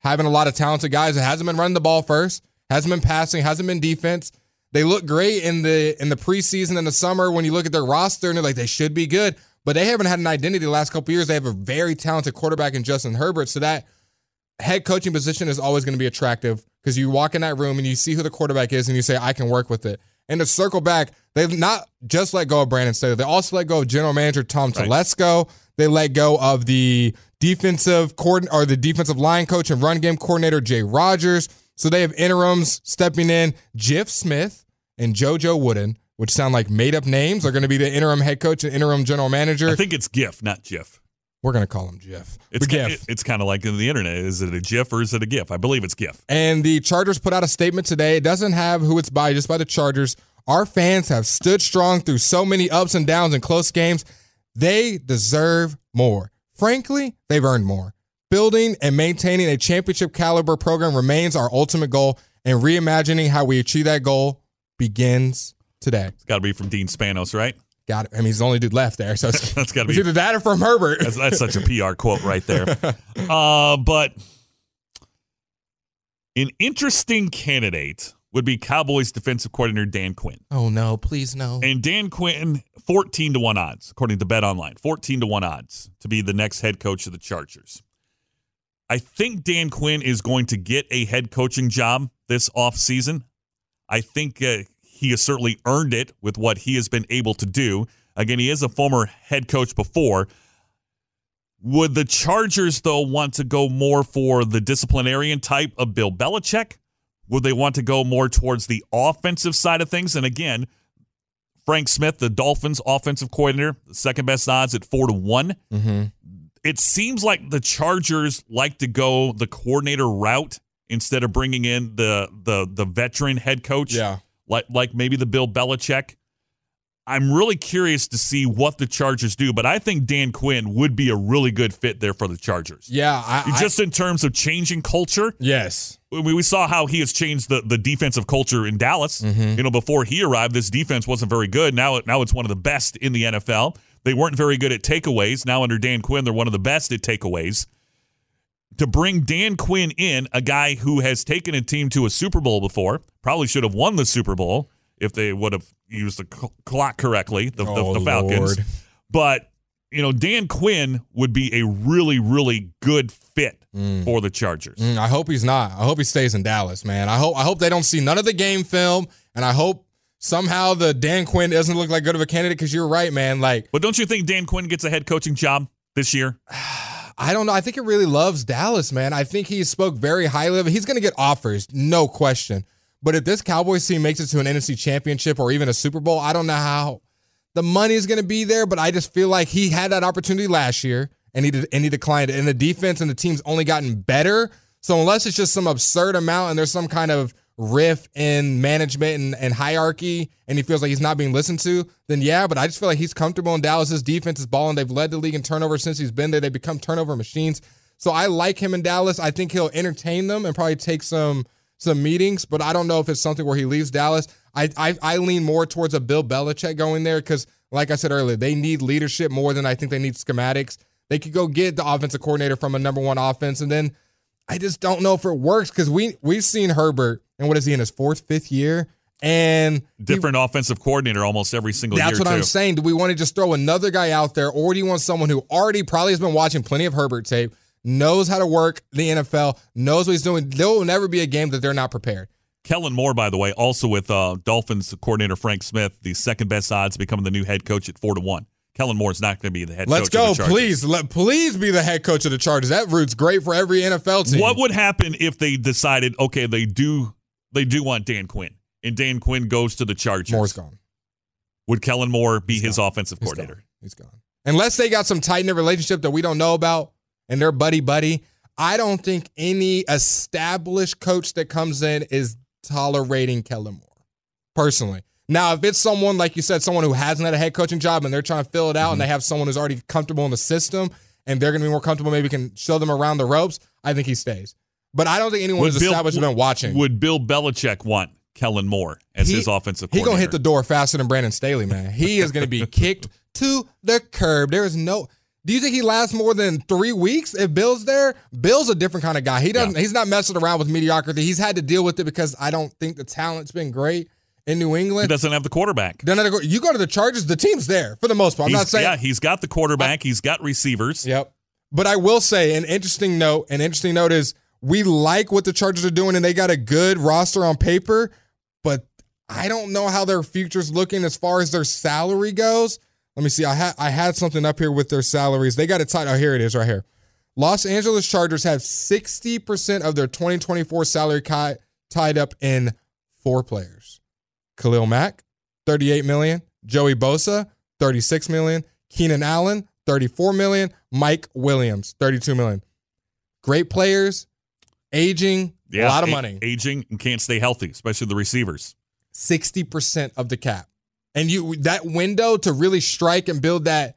Speaker 3: having a lot of talented guys that hasn't been running the ball first, hasn't been passing, hasn't been defense. They look great in the in the preseason in the summer when you look at their roster and they're like they should be good, but they haven't had an identity the last couple years. They have a very talented quarterback in Justin Herbert, so that head coaching position is always going to be attractive because you walk in that room and you see who the quarterback is and you say, I can work with it. And to circle back, they've not just let go of Brandon Staley. They also let go of general manager Tom
Speaker 2: Right.
Speaker 3: Telesco. They let go of the defensive coordinator or the defensive line coach and run game coordinator Jay Rogers. So they have interims stepping in. Jeff Smith and JoJo Wooden, which sound like made up names, are going to be the interim head coach and interim general manager.
Speaker 2: I think it's GIF, not GIF.
Speaker 3: We're going to call him Jeff.
Speaker 2: It's
Speaker 3: But
Speaker 2: ki- it's kind of like in the internet. Is it a GIF or is it a GIF? I believe it's GIF.
Speaker 3: And the Chargers put out a statement today. It doesn't have who it's by, just by the Chargers. Our fans have stood strong through so many ups and downs and close games. They deserve more. Frankly, they've earned more. Building and maintaining a championship caliber program remains our ultimate goal, and reimagining how we achieve that goal begins today.
Speaker 2: It's got to be from Dean Spanos, right?
Speaker 3: Got it. I mean, he's the only dude left there, so it's,
Speaker 2: That's got to
Speaker 3: it's
Speaker 2: be
Speaker 3: either that or from Herbert.
Speaker 2: That's, that's such a PR quote right there. Uh, but an interesting candidate would be Cowboys defensive coordinator Dan Quinn.
Speaker 3: Oh no! Please no.
Speaker 2: And Dan Quinn, 14 to 1 odds, according to Bet Online, 14 to 1 odds to be the next head coach of the Chargers. I think Dan Quinn is going to get a head coaching job this offseason. I think uh, he has certainly earned it with what he has been able to do. Again, he is a former head coach before. Would the Chargers, though, want to go more for the disciplinarian type of Bill Belichick? Would they want to go more towards the offensive side of things? And again, Frank Smith, the Dolphins offensive coordinator, second best odds at four to one. It seems like the Chargers like to go the coordinator route instead of bringing in the the the veteran head coach,
Speaker 3: Yeah.
Speaker 2: like like maybe the Bill Belichick. I'm really curious to see what the Chargers do, but I think Dan Quinn would be a really good fit there for the Chargers.
Speaker 3: Yeah. I, I-
Speaker 2: Just in terms of changing culture,
Speaker 3: yes.
Speaker 2: I mean, we saw how he has changed the, the defensive culture in Dallas.
Speaker 3: Mm-hmm.
Speaker 2: You know, before he arrived, this defense wasn't very good. Now, it- now it's one of the best in the NFL. They weren't very good at takeaways. Now under Dan Quinn, they're one of the best at takeaways. To bring Dan Quinn in, a guy who has taken a team to a Super Bowl before, probably should have won the Super Bowl if they would have used the cl- clock correctly. The, the-
Speaker 3: Oh,
Speaker 2: the Falcons,
Speaker 3: Lord.
Speaker 2: but you know, Dan Quinn would be a really, really good fit for the Chargers.
Speaker 3: Mm, I hope he's not. I hope he stays in Dallas, man. I hope I hope they don't see none of the game film, and I hope somehow the Dan Quinn doesn't look like good of a candidate. Because you're right, man. Like
Speaker 2: But don't you think Dan Quinn gets a head coaching job this year?
Speaker 3: I don't know. I think he really loves Dallas, man. I think he spoke very highly of it. He's going to get offers, no question. But if this Cowboys team makes it to an NFC Championship or even a Super Bowl, I don't know how the money is going to be there. But I just feel like he had that opportunity last year and he did, and he declined it. And the defense and the team's only gotten better. So unless it's just some absurd amount and there's some kind of riff in management and, and hierarchy and he feels like he's not being listened to, then yeah, but I just feel like he's comfortable in Dallas's defense is balling. They've led the league in turnover since he's been there. They become turnover machines. So I like him in Dallas. I think he'll entertain them and probably take some some meetings, but I don't know if it's something where he leaves Dallas. I I, I lean more towards a Bill Belichick going there because, like I said earlier, they need leadership more than I think they need schematics. They could go get the offensive coordinator from a number one offense, and then I just don't know if it works because we we've seen Herbert and what is he in his fourth, fifth year, and he-
Speaker 2: Different offensive coordinator almost every single
Speaker 3: that's
Speaker 2: year.
Speaker 3: what
Speaker 2: too.
Speaker 3: I'm saying. Do we want to just throw another guy out there, or do you want someone who already probably has been watching plenty of Herbert tape, knows how to work the NFL, knows what he's doing? There will never be a game that they're not prepared.
Speaker 2: Kellen Moore, by the way, also with uh, Dolphins coordinator Frank Smith, the second best odds becoming the new head coach at four to one. Kellen Moore's not going to be the head coach.
Speaker 3: Let's
Speaker 2: of
Speaker 3: go,
Speaker 2: the Chargers.
Speaker 3: please. Let please be the head coach of the Chargers. That route's great for every NFL team.
Speaker 2: What would happen if they decided, okay, they do they do want Dan Quinn, and Dan Quinn goes to the Chargers?
Speaker 3: Moore's gone.
Speaker 2: Would Kellen Moore be his offensive
Speaker 3: He's
Speaker 2: coordinator?
Speaker 3: gone. He's gone. Unless they got some tight knit relationship that we don't know about, and they're buddy buddy. I don't think any established coach that comes in is tolerating Kellen Moore. personally. Now, if it's someone like you said, someone who hasn't had a head coaching job and they're trying to fill it out, and they
Speaker 2: Mm-hmm.
Speaker 3: have someone who's already comfortable in the system, and they're going to be more comfortable, maybe can show them around the ropes. I think he stays. But I don't think anyone
Speaker 2: Would
Speaker 3: has
Speaker 2: Bill-
Speaker 3: established been watching.
Speaker 2: Would Bill Belichick want Kellen Moore as
Speaker 3: He-
Speaker 2: his offensive?
Speaker 3: He
Speaker 2: coordinator?
Speaker 3: gonna hit the door faster than Brandon Staley, man. He is gonna be kicked to the curb. There is no. Do you think he lasts more than three weeks if Bill's there? Bill's a different kind of guy. He doesn't. He's not messing around with mediocrity. He's had to deal with it because I don't think the talent's been great in New
Speaker 2: He
Speaker 3: England.
Speaker 2: doesn't have the quarterback.
Speaker 3: Then I go- you go to the Chargers. The team's there for the most part. I'm
Speaker 2: He's-
Speaker 3: not saying.
Speaker 2: yeah, he's got the quarterback. he's got receivers.
Speaker 3: Yep. But I will say an interesting note. An interesting note is we like what the Chargers are doing, and they got a good roster on paper. But I don't know how their future's looking as far as their salary goes. Let me see. I had I had something up here with their salaries. They got it tight. Oh, here it is, right here. Los Angeles Chargers have 60% of their 2024 salary ki- tied up in four players. Khalil Mack, 38 million, Joey Bosa, 36 million, Keenan Allen, 34 million, Mike Williams, 32 million. Great players, aging, a lot of
Speaker 2: a-
Speaker 3: money.
Speaker 2: Aging and can't stay healthy, especially the receivers.
Speaker 3: 60% of the cap. And you that window to really strike and build that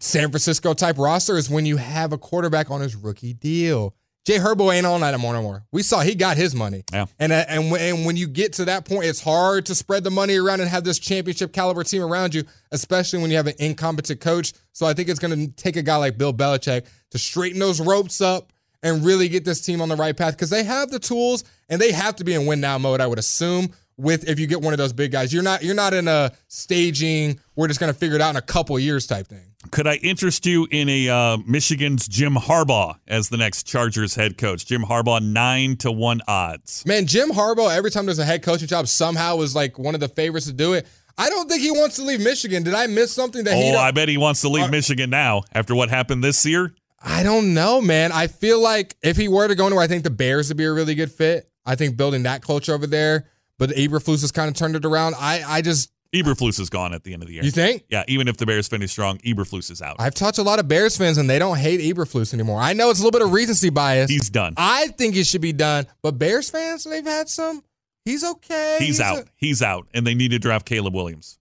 Speaker 3: San Francisco type roster is when you have a quarterback on his rookie deal. Jay Herbo ain't on that more no more. We saw he got his money.
Speaker 2: Yeah.
Speaker 3: And uh, and when, and when you get to that point, it's hard to spread the money around and have this championship caliber team around you, especially when you have an incompetent coach. So I think it's going to take a guy like Bill Belichick to straighten those ropes up and really get this team on the right path because they have the tools and they have to be in win now mode. I would assume with if you get one of those big guys, you're not you're not in a staging. We're just going to figure it out in a couple years type thing.
Speaker 2: Could I interest you in a uh, Michigan's Jim Harbaugh as the next Chargers head coach? Jim Harbaugh nine to one odds.
Speaker 3: Man, Jim Harbaugh, every time there's a head coaching job, somehow was like one of the favorites to do it. I don't think he wants to leave Michigan. Did I miss something that he?
Speaker 2: Oh,
Speaker 3: don't- Uh,
Speaker 2: I bet he wants to leave
Speaker 3: Are-
Speaker 2: Michigan now after what happened this year.
Speaker 3: I don't know, man. I feel like if he were to go anywhere, I think the Bears would be a really good fit. I think building that culture over there, but Eberflus has kind of turned it around. I, I just,
Speaker 2: Eberflus is gone at the end of the year.
Speaker 3: you think?
Speaker 2: Yeah, even if the Bears finish strong, Eberflus is out.
Speaker 3: I've talked to a lot of Bears fans, and they don't hate Eberflus anymore. I know it's a little bit of recency bias.
Speaker 2: He's done.
Speaker 3: I think he should be done, but Bears fans, they've had some. He's okay.
Speaker 2: He's
Speaker 3: a-
Speaker 2: out. He's out, and they need to draft Caleb Williams.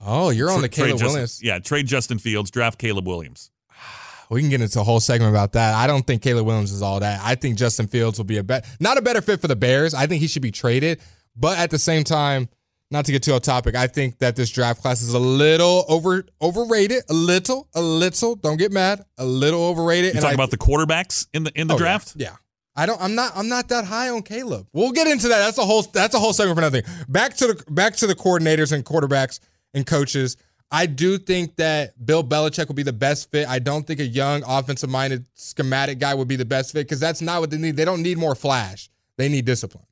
Speaker 3: oh, you're on
Speaker 2: Tra-
Speaker 3: the
Speaker 2: trade
Speaker 3: Caleb
Speaker 2: Justin-
Speaker 3: Williams.
Speaker 2: Yeah, trade Justin Fields, draft Caleb Williams.
Speaker 3: We can get into a whole segment about that. I don't think Caleb Williams is all that. I think Justin Fields will be a bet, not a better fit for the Bears. I think he should be traded, but at the same time, not to get too off topic, I think that this draft class is a little over overrated, a little, a little. Don't get mad, a little overrated.
Speaker 2: You talking
Speaker 3: I-
Speaker 2: about the quarterbacks in the in the
Speaker 3: Oh, yeah.
Speaker 2: draft?
Speaker 3: Yeah. I don't. I'm not. I'm not that high on Caleb. We'll get into that. That's a whole. That's a whole segment for nothing. Back to the back to the coordinators and quarterbacks and coaches. I do think that Bill Belichick will be the best fit. I don't think a young offensive minded schematic guy would be the best fit because that's not what they need. They don't need more flash. They need discipline.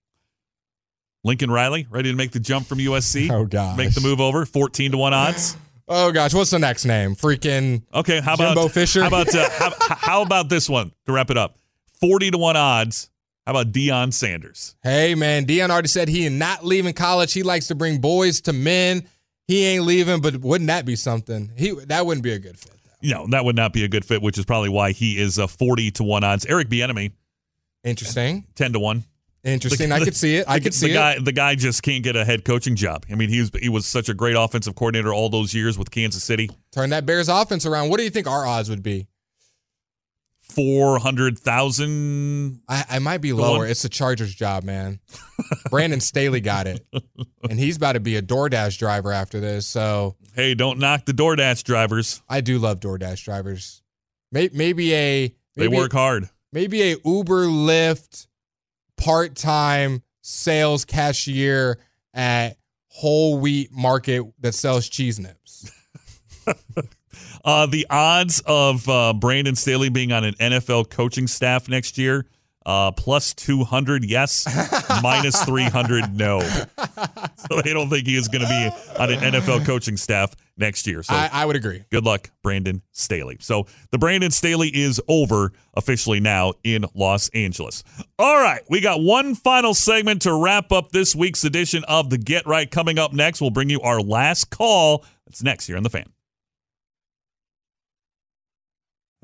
Speaker 2: Lincoln Riley ready to make the jump from USC.
Speaker 3: Oh, gosh.
Speaker 2: make the move over fourteen to one odds.
Speaker 3: Oh gosh, what's the next name? Freaking
Speaker 2: Okay, how about
Speaker 3: Jimbo Fisher?
Speaker 2: How about uh, how, how about this one to wrap it up? Forty to one odds. How about Dion Sanders?
Speaker 3: Hey man, Dion already said he not leaving college. He likes to bring boys to men. He ain't leaving, but wouldn't that be something? He that wouldn't be a good fit. though.
Speaker 2: You know that would not be a good fit, which is probably why he is a forty to one odds. Eric Bieniemy
Speaker 3: Interesting.
Speaker 2: ten to one.
Speaker 3: Interesting. I
Speaker 2: the-
Speaker 3: could see it. I
Speaker 2: the-
Speaker 3: could see
Speaker 2: the
Speaker 3: it.
Speaker 2: guy. The guy just can't get a head coaching job. I mean, he was he was such a great offensive coordinator all those years with Kansas City.
Speaker 3: Turn that Bears offense around. What do you think our odds would be?
Speaker 2: Four hundred thousand.
Speaker 3: I, I might be
Speaker 2: Go
Speaker 3: lower.
Speaker 2: on.
Speaker 3: It's the Chargers job, man. Brandon Staley got it. And he's about to be a DoorDash driver after this. So
Speaker 2: Hey, don't knock the DoorDash drivers.
Speaker 3: I do love DoorDash drivers. Maybe, maybe a
Speaker 2: They
Speaker 3: maybe,
Speaker 2: work hard.
Speaker 3: maybe a Uber Lyft part-time sales cashier at Whole Wheat Market that sells cheese nips.
Speaker 2: Uh, the odds of uh, Brandon Staley being on an NFL coaching staff next year uh, plus 200, yes, minus 300, no. So they don't think he is going to be on an NFL coaching staff next year. So
Speaker 3: I, I would agree.
Speaker 2: good luck, Brandon Staley. So the Brandon Staley is over officially now in Los Angeles. All right, we got one final segment to wrap up this week's edition of the Get Right. Coming up next, we'll bring you our last call. That's next here on the fan.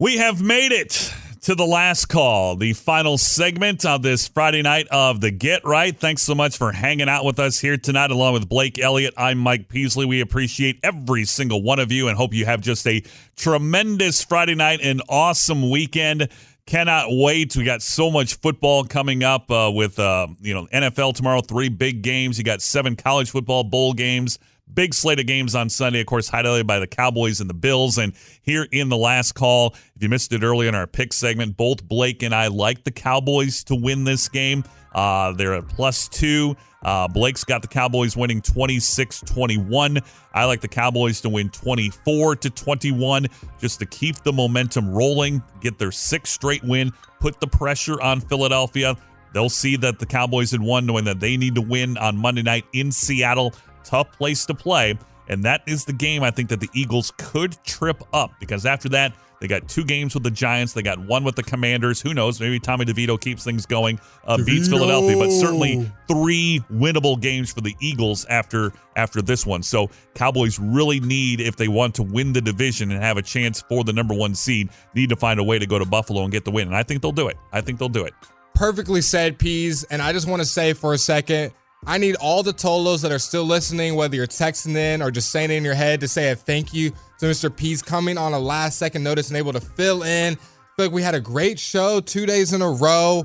Speaker 2: We have made it to the last call, the final segment of this Friday night of the Get Right. Thanks so much for hanging out with us here tonight, along with Blake Elliott. I'm Mike Peasley. We appreciate every single one of you and hope you have just a tremendous Friday night and awesome weekend. Cannot wait. We got so much football coming up uh, with uh, you know NFL tomorrow, three big games. You got seven college football bowl games. Big slate of games on Sunday, of course, highlighted by the Cowboys and the Bills. And here in the last call, if you missed it earlier in our pick segment, both Blake and I like the Cowboys to win this game. Uh, they're at plus two. Uh, Blake's got the Cowboys winning 26 21. I like the Cowboys to win 24 to 21 just to keep the momentum rolling, get their sixth straight win, put the pressure on Philadelphia. They'll see that the Cowboys had won, knowing that they need to win on Monday night in Seattle. Tough place to play. And that is the game I think that the Eagles could trip up because after that, they got two games with the Giants. They got one with the Commanders. Who knows? Maybe Tommy DeVito keeps things going, uh, beats
Speaker 3: DeVito.
Speaker 2: Philadelphia, but certainly three winnable games for the Eagles after after this one. So Cowboys really need, if they want to win the division and have a chance for the number one seed, need to find a way to go to Buffalo and get the win. And I think they'll do it. I think they'll do it.
Speaker 3: perfectly said, Peas. And I just want to say for a second, I need all the Tolos that are still listening, whether you're texting in or just saying it in your head, to say a thank you to Mr. Peas coming on a last second notice and able to fill in. I feel like we had a great show two days in a row.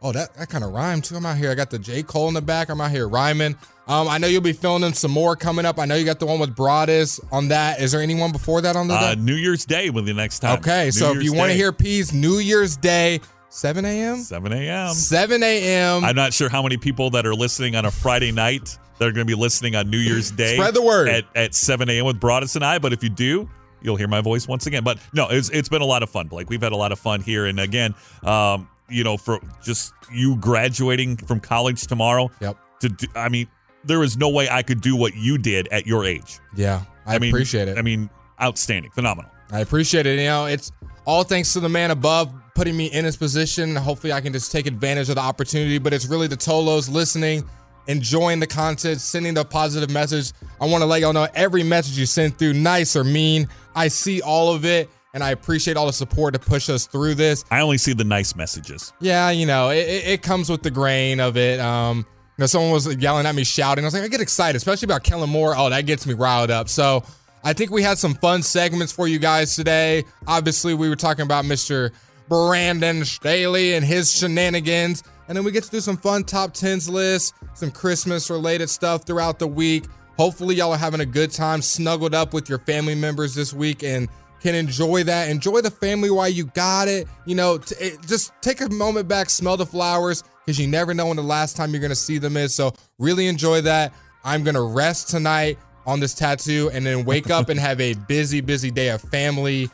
Speaker 3: Oh, that, that kind of rhymed too. I'm out here. I got the J. Cole in the back. I'm out here rhyming. Um, I know you'll be filling in some more coming up. I know you got the one with Broadus on that. Is there anyone before that on the
Speaker 2: Uh,
Speaker 3: day?
Speaker 2: New Year's Day will be the next time.
Speaker 3: Okay,
Speaker 2: New
Speaker 3: so if
Speaker 2: Year's
Speaker 3: you want to
Speaker 2: Day,
Speaker 3: hear Peas, New Year's Day, 7 a.m.?
Speaker 2: 7 a.m.
Speaker 3: 7 a.m.
Speaker 2: I'm not sure how many people that are listening on a Friday night that are going to be listening on New Year's Day.
Speaker 3: Spread the word.
Speaker 2: at, at 7 a.m. with Broadus and I. But if you do, you'll hear my voice once again. But no, it's it's been a lot of fun, Blake. We've had a lot of fun here, and again, um, you know, for just you graduating from college tomorrow.
Speaker 3: Yep.
Speaker 2: To do, I mean, there is no way I could do what you did at your age.
Speaker 3: Yeah, I,
Speaker 2: mean,
Speaker 3: appreciate it.
Speaker 2: I mean, outstanding, phenomenal.
Speaker 3: I appreciate it. You know, it's all thanks to the man above putting me in his position. Hopefully, I can just take advantage of the opportunity. But it's really the Tolos listening, enjoying the content, sending the positive message. I want to let y'all know every message you send through, nice or mean, I see all of it, and I appreciate all the support to push us through this.
Speaker 2: I only see the nice messages.
Speaker 3: Yeah, you know, it, it, it comes with the grain of it. Um, you know, someone was yelling at me, shouting. I was like, I get excited, especially about Kellen Moore. Oh, that gets me riled up. So I think we had some fun segments for you guys today. Obviously, we were talking about Mr. Brandon Staley and his shenanigans. And then we get to do some fun top 10s lists, some Christmas related stuff throughout the week. Hopefully, y'all are having a good time, snuggled up with your family members this week, and can enjoy that. Enjoy the family while you got it. You know, t- it, just take a moment back, smell the flowers, because you never know when the last time you're going to see them is. So, really enjoy that. I'm going to rest tonight on this tattoo and then wake up and have a busy, busy day of family,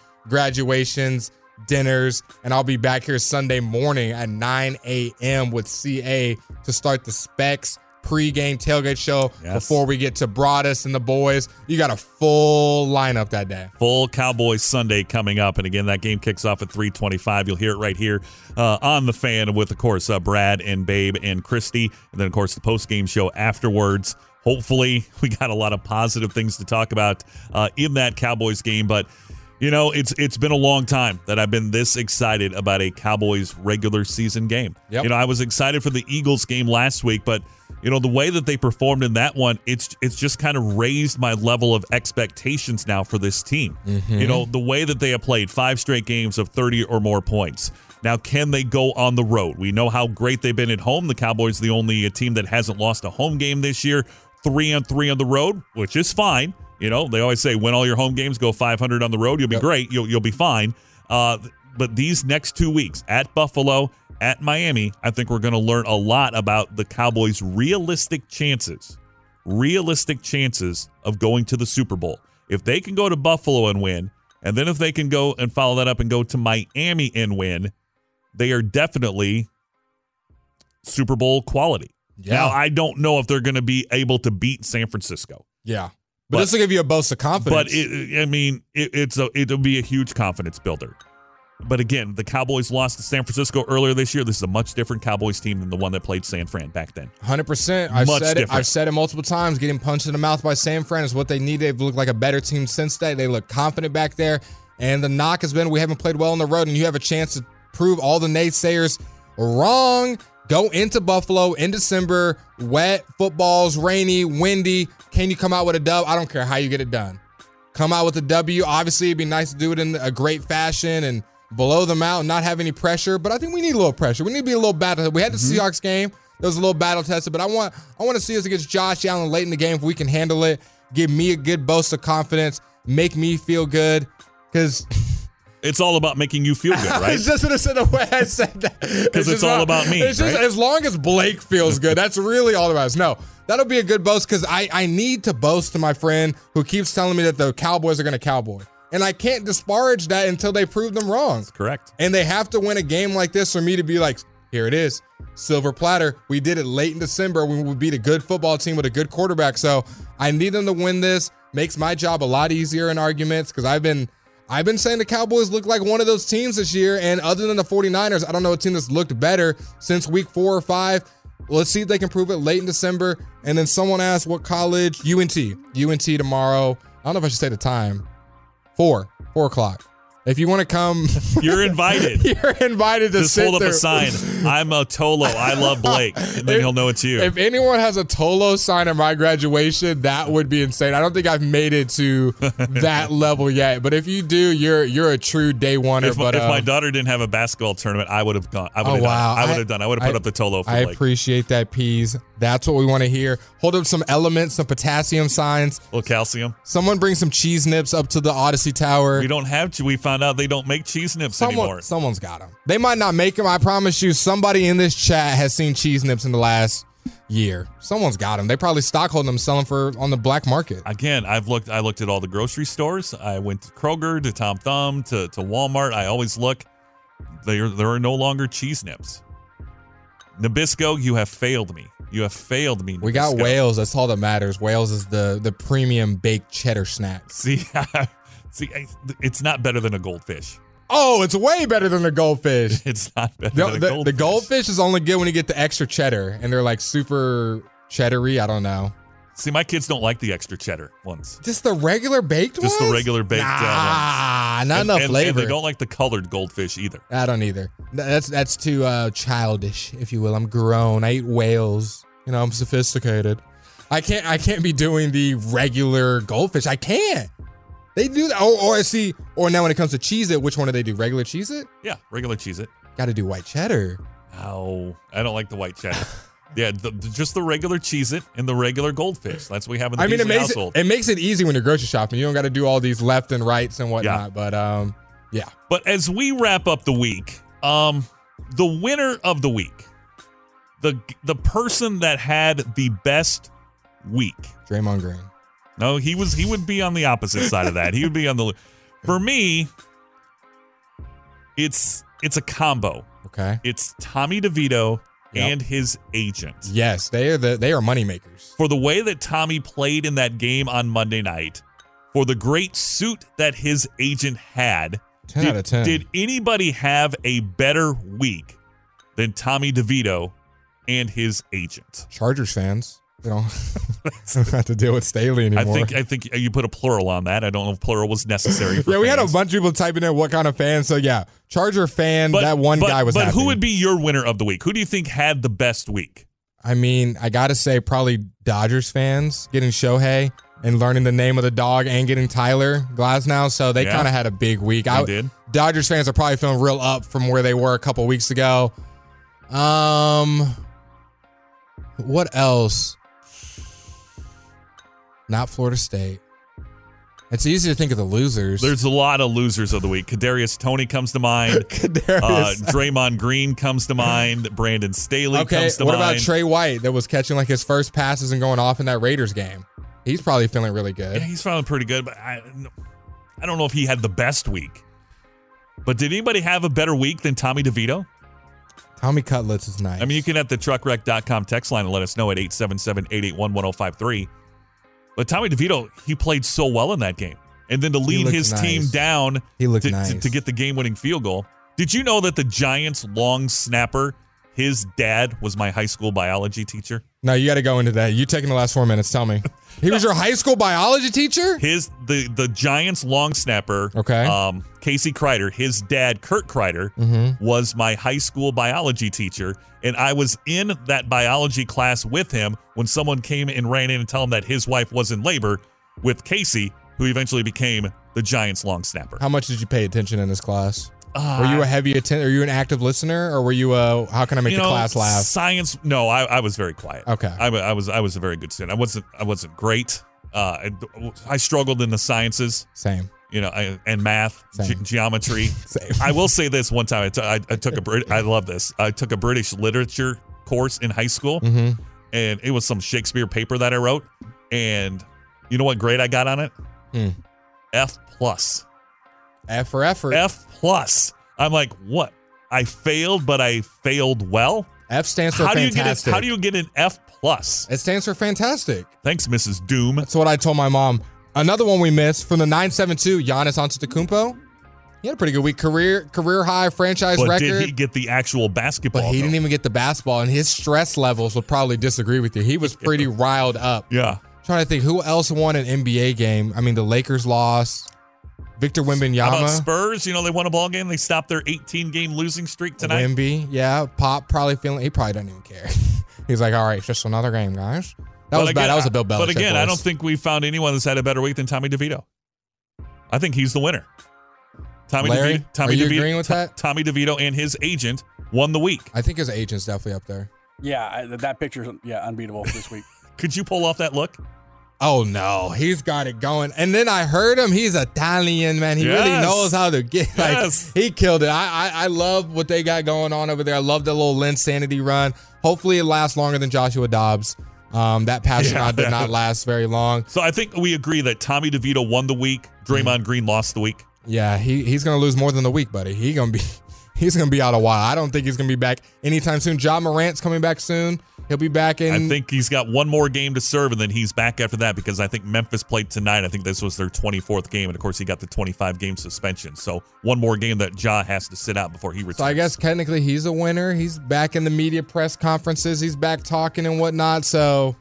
Speaker 3: graduations, dinners, and I'll be back here Sunday morning at 9 a.m. with CA to start the specs pre-game tailgate show
Speaker 2: Yes.
Speaker 3: before we get to Broadus and the boys. You got a full lineup that day.
Speaker 2: full Cowboys Sunday coming up. And again, that game kicks off at 325. You'll hear it right here uh, on The Fan with, of course, uh, Brad and Babe and Christy. And then, of course, the post-game show afterwards. Hopefully, we got a lot of positive things to talk about uh, in that Cowboys game. But, you know, it's it's been a long time that I've been this excited about a Cowboys regular season game.
Speaker 3: Yep.
Speaker 2: You know, I was excited for the Eagles game last week, but you know the way that they performed in that one it's it's just kind of raised my level of expectations now for this team you know the way that they have played five straight games of 30 or more points now can they go on the road we know how great they've been at home the cowboys the only team that hasn't lost a home game this year three on three on the road which is fine you know they always say win all your home games go 500 on the road you'll be great you'll, you'll be fine uh, but these next two weeks at buffalo at Miami, I think we're going to learn a lot about the Cowboys' realistic chances, realistic chances of going to the Super Bowl. If they can go to Buffalo and win, and then if they can go and follow that up and go to Miami and win, they are definitely Super Bowl quality.
Speaker 3: Yeah.
Speaker 2: Now, I don't know if they're going to be able to beat San Francisco.
Speaker 3: Yeah. But,
Speaker 2: But-
Speaker 3: this will give you a boost of confidence.
Speaker 2: But it, I mean, it, it's a, it'll be a huge confidence builder. But again, the Cowboys lost to San Francisco earlier this year. This is a much different Cowboys team than the one that played San Fran back then.
Speaker 3: 100%. I've
Speaker 2: Much
Speaker 3: said it.
Speaker 2: different.
Speaker 3: I've said it multiple times. Getting punched in the mouth by San Fran is what they need. They've looked like a better team since that. They look confident back there. And the knock has been we haven't played well on the road, and you have a chance to prove all the naysayers wrong. Go into Buffalo in December, wet, footballs, rainy, windy. Can you come out with a dub? I don't care how you get it done. come out with a W. Obviously, it'd be nice to do it in a great fashion and blow them out and not have any pressure. But I think we need a little pressure. We need to be a little battle. We had the Seahawks game. There was a little battle tested, but I want I want to see us against Josh Allen late in the game if we can handle it. give me a good boost of confidence, make me feel good. Because
Speaker 2: It's all about making you feel good,
Speaker 3: I
Speaker 2: right?
Speaker 3: was just gonna say the way I said that
Speaker 2: 'Cause it's
Speaker 3: just
Speaker 2: all about me,
Speaker 3: It's just
Speaker 2: right?
Speaker 3: as long as Blake feels good. That's really all that matters. No, that'll be a good boast because I I need to boast to my friend who keeps telling me that the Cowboys are gonna cowboy, and I can't disparage that until they prove them wrong.
Speaker 2: Correct.
Speaker 3: And they have to win a game like this for me to be like, here it is, silver platter. We did it late in December when we beat a good football team with a good quarterback. So I need them to win this. Makes my job a lot easier in arguments because I've been I've been saying the Cowboys look like one of those teams this year. And other than the 49ers, I don't know a team that's looked better since week four or five. Let's see if they can prove it late in December. And then someone asked what college UNT. UNT tomorrow. I don't know if I should say the time. Four. Four o'clock. If you want to come
Speaker 2: You're invited.
Speaker 3: you're invited to
Speaker 2: Just
Speaker 3: sit
Speaker 2: hold up
Speaker 3: there.
Speaker 2: a sign. I'm a Tolo. I love Blake. And then he'll know it's you.
Speaker 3: If anyone has a Tolo sign at my graduation, that would be insane. I don't think I've made it to that level yet. But if you do, you're you're a true day one.
Speaker 2: If, my-
Speaker 3: but
Speaker 2: if
Speaker 3: uh,
Speaker 2: my daughter didn't have a basketball tournament, I would have gone. I would
Speaker 3: Oh
Speaker 2: have
Speaker 3: wow!
Speaker 2: done. I would have done. I would have put
Speaker 3: I-
Speaker 2: up the Tolo for
Speaker 3: I
Speaker 2: Blake.
Speaker 3: appreciate that, peas. That's what we want to hear. Hold up some elements, some potassium signs.
Speaker 2: Little calcium.
Speaker 3: Someone bring some cheese nips up to the Odyssey Tower.
Speaker 2: We don't have. to. We found out they don't make cheese nips anymore.
Speaker 3: Someone's got them. They might not make them. I promise you, somebody in this chat has seen cheese nips in the last year. Someone's got them. They probably stockholding them, selling for on the black market.
Speaker 2: Again, I've looked. I looked at all the grocery stores. I went to Kroger, to Tom Thumb, to, to Walmart. I always look. There, there are no longer cheese nips. Nabisco, you have failed me. You have failed me.
Speaker 3: we got
Speaker 2: Nabisco.
Speaker 3: Wales. That's all that matters. Wales is the the premium baked cheddar snacks.
Speaker 2: See, see, I- it's not better than a goldfish.
Speaker 3: Oh, it's way better than the goldfish.
Speaker 2: It's not better
Speaker 3: The,
Speaker 2: than a
Speaker 3: the-
Speaker 2: goldfish.
Speaker 3: the goldfish is only good when you get the extra cheddar, and they're like super cheddary. I don't know.
Speaker 2: See, my kids don't like the extra cheddar ones.
Speaker 3: Just the regular baked
Speaker 2: Just the
Speaker 3: ones?
Speaker 2: regular baked, uh,
Speaker 3: Nah, not
Speaker 2: And-
Speaker 3: enough
Speaker 2: and-
Speaker 3: flavor.
Speaker 2: And they don't like the colored goldfish either.
Speaker 3: I don't either. Th- That's that's too uh, childish, if you will. I'm grown. I eat whales. You know, I'm sophisticated. I can't I can't be doing the regular goldfish. I can't. They do that. Or, or see, or now when it comes to cheese it, which one do they do? Regular cheese it?
Speaker 2: Yeah, regular cheese it.
Speaker 3: Got to do white cheddar.
Speaker 2: Oh, I don't like the white cheddar. yeah, the, the- just the regular cheese it and the regular goldfish. That's what we have in the
Speaker 3: I mean, it
Speaker 2: Beasley
Speaker 3: makes it,
Speaker 2: household.
Speaker 3: it makes it easy when you're grocery shopping. You don't got to do all these left and rights and whatnot. But um, yeah,
Speaker 2: but as we wrap up the week, um, the winner of the week, the the person that had the best week.
Speaker 3: Draymond Green.
Speaker 2: No, he was he would be on the opposite side of that. He would be on the For me, it's it's a combo.
Speaker 3: Okay.
Speaker 2: It's Tommy DeVito
Speaker 3: Yep.
Speaker 2: and his agent.
Speaker 3: Yes, they are the they are moneymakers.
Speaker 2: For the way that Tommy played in that game on Monday night, for the great suit that his agent had.
Speaker 3: Ten
Speaker 2: did,
Speaker 3: out of ten.
Speaker 2: Did anybody have a better week than Tommy DeVito and his agent?
Speaker 3: Chargers fans. They don't don't have to deal with Staley anymore.
Speaker 2: I think I think you put a plural on that. I don't know if plural was necessary. For
Speaker 3: yeah, we had a
Speaker 2: fans.
Speaker 3: bunch of people typing in what kind of fan. So yeah, Charger fan. that one guy was.
Speaker 2: But
Speaker 3: happy.
Speaker 2: who would be your winner of the week? Who do you think had the best week?
Speaker 3: I mean, I gotta say, probably Dodgers fans getting Shohei and learning the name of the dog and getting Tyler Glasnow. So they
Speaker 2: Yeah.
Speaker 3: kind of had a big week. I
Speaker 2: did.
Speaker 3: Dodgers fans are probably feeling real up from where they were a couple weeks ago. Um, what else? Not Florida State. It's easy to think of the losers.
Speaker 2: There's a lot of losers of the week. Kadarius Tony comes to mind. Uh,
Speaker 3: Kadarius.
Speaker 2: Draymond Green comes to mind. Brandon Staley
Speaker 3: Okay,
Speaker 2: comes to
Speaker 3: what
Speaker 2: mind.
Speaker 3: about Trey White that was catching like his first passes and going off in that Raiders game? He's probably feeling really
Speaker 2: yeah,
Speaker 3: good.
Speaker 2: he's feeling pretty good, but I, I don't know if he had the best week. But did anybody have a better week than Tommy DeVito?
Speaker 3: Tommy Cutlets is nice.
Speaker 2: I mean, you can at the truckwreck.com text line and let us know at 877 881 1053. But Tommy DeVito, he played so well in that game. And then to lead
Speaker 3: looked
Speaker 2: his team
Speaker 3: nice.
Speaker 2: down
Speaker 3: He looked
Speaker 2: to, to-
Speaker 3: nice.
Speaker 2: to get the game winning field goal. Did you know that the Giants' long snapper, his dad was my high school biology teacher?
Speaker 3: no, you got to go into that. You taking the last four minutes? Tell me. He was your high school biology teacher.
Speaker 2: His the the Giants long snapper,
Speaker 3: Okay.
Speaker 2: um, Casey Kreider, his dad Kurt Kreider
Speaker 3: Mm-hmm.
Speaker 2: was my high school biology teacher, and I was in that biology class with him when someone came and ran in and tell him that his wife was in labor with Casey, who eventually became the Giants long snapper.
Speaker 3: How much did you pay attention in this class?
Speaker 2: Uh,
Speaker 3: were you a heavy attend? Are you an active listener, or were you a? How can I make
Speaker 2: you
Speaker 3: the
Speaker 2: know,
Speaker 3: class laugh?
Speaker 2: Science? No, I, I was very quiet.
Speaker 3: Okay.
Speaker 2: I, wa- I was I was a very good student. I wasn't I wasn't great. Uh, I struggled in the sciences,
Speaker 3: Same.
Speaker 2: you know, I- and math, ge-
Speaker 3: Same.
Speaker 2: geometry.
Speaker 3: Same.
Speaker 2: I will say this one time I, t- I, I took a Brit- I love this. I took a British literature course in high school,
Speaker 3: Mm-hmm.
Speaker 2: and it was some Shakespeare paper that I wrote. And you know what grade I got on it?
Speaker 3: Hmm.
Speaker 2: F plus.
Speaker 3: F for effort. F,
Speaker 2: F plus. I'm like, what? I failed, but I failed well.
Speaker 3: stands for
Speaker 2: how do you get?
Speaker 3: fantastic.
Speaker 2: A, how do you get an F plus?
Speaker 3: It stands for fantastic.
Speaker 2: Thanks, Mrs. Doom.
Speaker 3: That's what I told my mom. Another one we missed from the 972, Giannis Antetokounmpo. He had a pretty good week. Career career high franchise
Speaker 2: But
Speaker 3: record.
Speaker 2: did he get the actual basketball?
Speaker 3: but he
Speaker 2: though?
Speaker 3: didn't even get the basketball, and his stress levels would probably disagree with you. He was pretty riled up.
Speaker 2: Yeah.
Speaker 3: Trying to think who else won an NBA game. I mean, the Lakers lost. Victor
Speaker 2: How about
Speaker 3: Wembanyama,
Speaker 2: Spurs? You know, they won a ball game. They stopped their 18 game losing streak tonight.
Speaker 3: Wemby. Yeah, Pop probably feeling. He probably doesn't even care. He's like, all right, it's just another game, guys. That was bad. That was a Bill Belichick.
Speaker 2: But again, I
Speaker 3: voice.
Speaker 2: don't think we found anyone that's had a better week than Tommy DeVito. I think he's the winner. Tommy
Speaker 3: Larry,
Speaker 2: DeVito. Tommy
Speaker 3: are you
Speaker 2: DeVito,
Speaker 3: agreeing with
Speaker 2: To-
Speaker 3: that?
Speaker 2: Tommy DeVito and his agent won the week.
Speaker 3: I think his agent's definitely up there.
Speaker 4: Yeah, I, that picture's yeah unbeatable this week.
Speaker 2: Could you pull off that look?
Speaker 3: Oh no, he's got it going. And then I heard him. He's Italian, man. He really
Speaker 2: Yes.
Speaker 3: knows how to get. Like
Speaker 2: Yes.
Speaker 3: he killed it. I, I I love what they got going on over there. I love that little Lynn sanity run. Hopefully, it lasts longer than Joshua Dobbs. Um, that passion
Speaker 2: Yeah.
Speaker 3: rod did not last very long.
Speaker 2: So I think we agree that Tommy DeVito won the week.
Speaker 3: Mm-hmm.
Speaker 2: Draymond Green lost the week.
Speaker 3: Yeah, he he's gonna lose more than the week, buddy. He gonna be he's gonna be out a while. I don't think he's gonna be back anytime soon. John Morant's coming back soon. He'll be back in.
Speaker 2: I think he's got one more game to serve, and then he's back after that because I think Memphis played tonight. I think this was their 24th game, and of course he got the 25 game suspension. So one more game that Ja has to sit out before he returns.
Speaker 3: So I guess technically he's a winner. He's back in the media press conferences. He's back talking and whatnot. So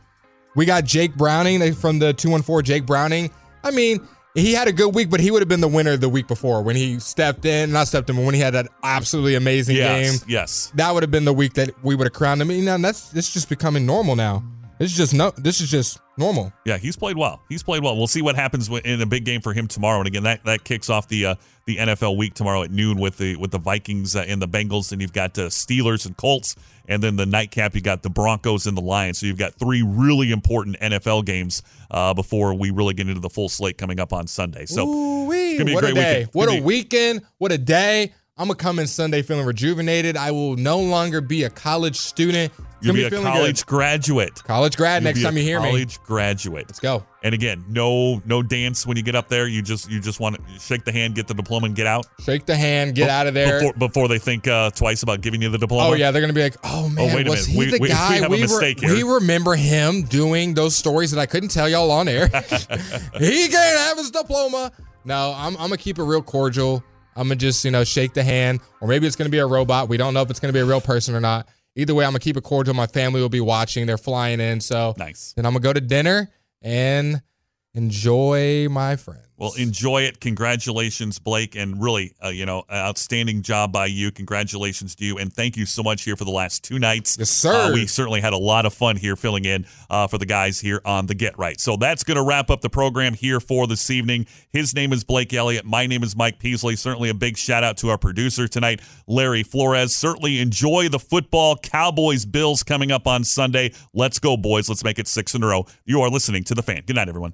Speaker 3: we got Jake Browning they- from the 214. Jake Browning. I mean, he had a good week, but he would have been the winner the week before when he stepped in, not stepped in, but when he had that absolutely amazing
Speaker 2: yes,
Speaker 3: game.
Speaker 2: yes.
Speaker 3: That would have been the week that we would have crowned him. You know, and that's this is just becoming normal now. This is just no. This is just normal.
Speaker 2: Yeah, he's played well. He's played well. We'll see what happens wi- in a big game for him tomorrow. And again, that, that kicks off the uh, the NFL week tomorrow at noon with the with the Vikings uh, and the Bengals, and you've got uh, Steelers and Colts, and then the nightcap you got the Broncos and the Lions. So you've got three really important NFL games uh, before we really get into the full slate coming up on Sunday. So
Speaker 3: Ooh-wee.
Speaker 2: gonna be a
Speaker 3: what a,
Speaker 2: great
Speaker 3: day.
Speaker 2: weekend. It's
Speaker 3: What
Speaker 2: gonna
Speaker 3: a
Speaker 2: be-
Speaker 3: weekend. What a day. I'm going to come in Sunday feeling rejuvenated. I will no longer be a college student. It's
Speaker 2: you'll
Speaker 3: gonna
Speaker 2: be a
Speaker 3: feeling
Speaker 2: college
Speaker 3: good.
Speaker 2: graduate.
Speaker 3: college grad
Speaker 2: You'll
Speaker 3: next
Speaker 2: be a
Speaker 3: time you hear me.
Speaker 2: college graduate.
Speaker 3: Let's go.
Speaker 2: And again, no no dance when you get up there. You just you just want to shake the hand, get the diploma, and get out.
Speaker 3: Shake the hand. Get out of there.
Speaker 2: before, before they think uh, twice about giving you the diploma.
Speaker 3: Oh yeah, they're gonna be like, oh man,
Speaker 2: wait a
Speaker 3: was
Speaker 2: minute.
Speaker 3: he
Speaker 2: We-
Speaker 3: the
Speaker 2: we- we
Speaker 3: guy?
Speaker 2: have a
Speaker 3: were-
Speaker 2: mistake here.
Speaker 3: we remember him doing those stories that I couldn't tell y'all on air. he can't have his diploma. No, I'm, I'm gonna keep it real cordial. I'm gonna just you know shake the hand, or maybe it's gonna be a robot. We don't know if it's gonna be a real person or not. Either way, I'm gonna keep it cordial. My family will be watching. They're flying in, so
Speaker 2: Nice.
Speaker 3: Then I'm gonna go to dinner and enjoy my friends.
Speaker 2: Well, enjoy it. Congratulations, Blake, and really, uh, you know, outstanding job by you. Congratulations to you, and thank you so much here for the last two nights.
Speaker 3: Yes, sir.
Speaker 2: Uh, we certainly had a lot of fun here filling in uh, for the guys here on the Get Right. So that's going to wrap up the program here for this evening. His name is Blake Elliott. My name is Mike Peasley. Certainly a big shout out to our producer tonight, Larry Flores. Certainly enjoy the football. Cowboys Bills coming up on Sunday. Let's go, boys. Let's make it six in a row. You are listening to the Fan. Good night, everyone.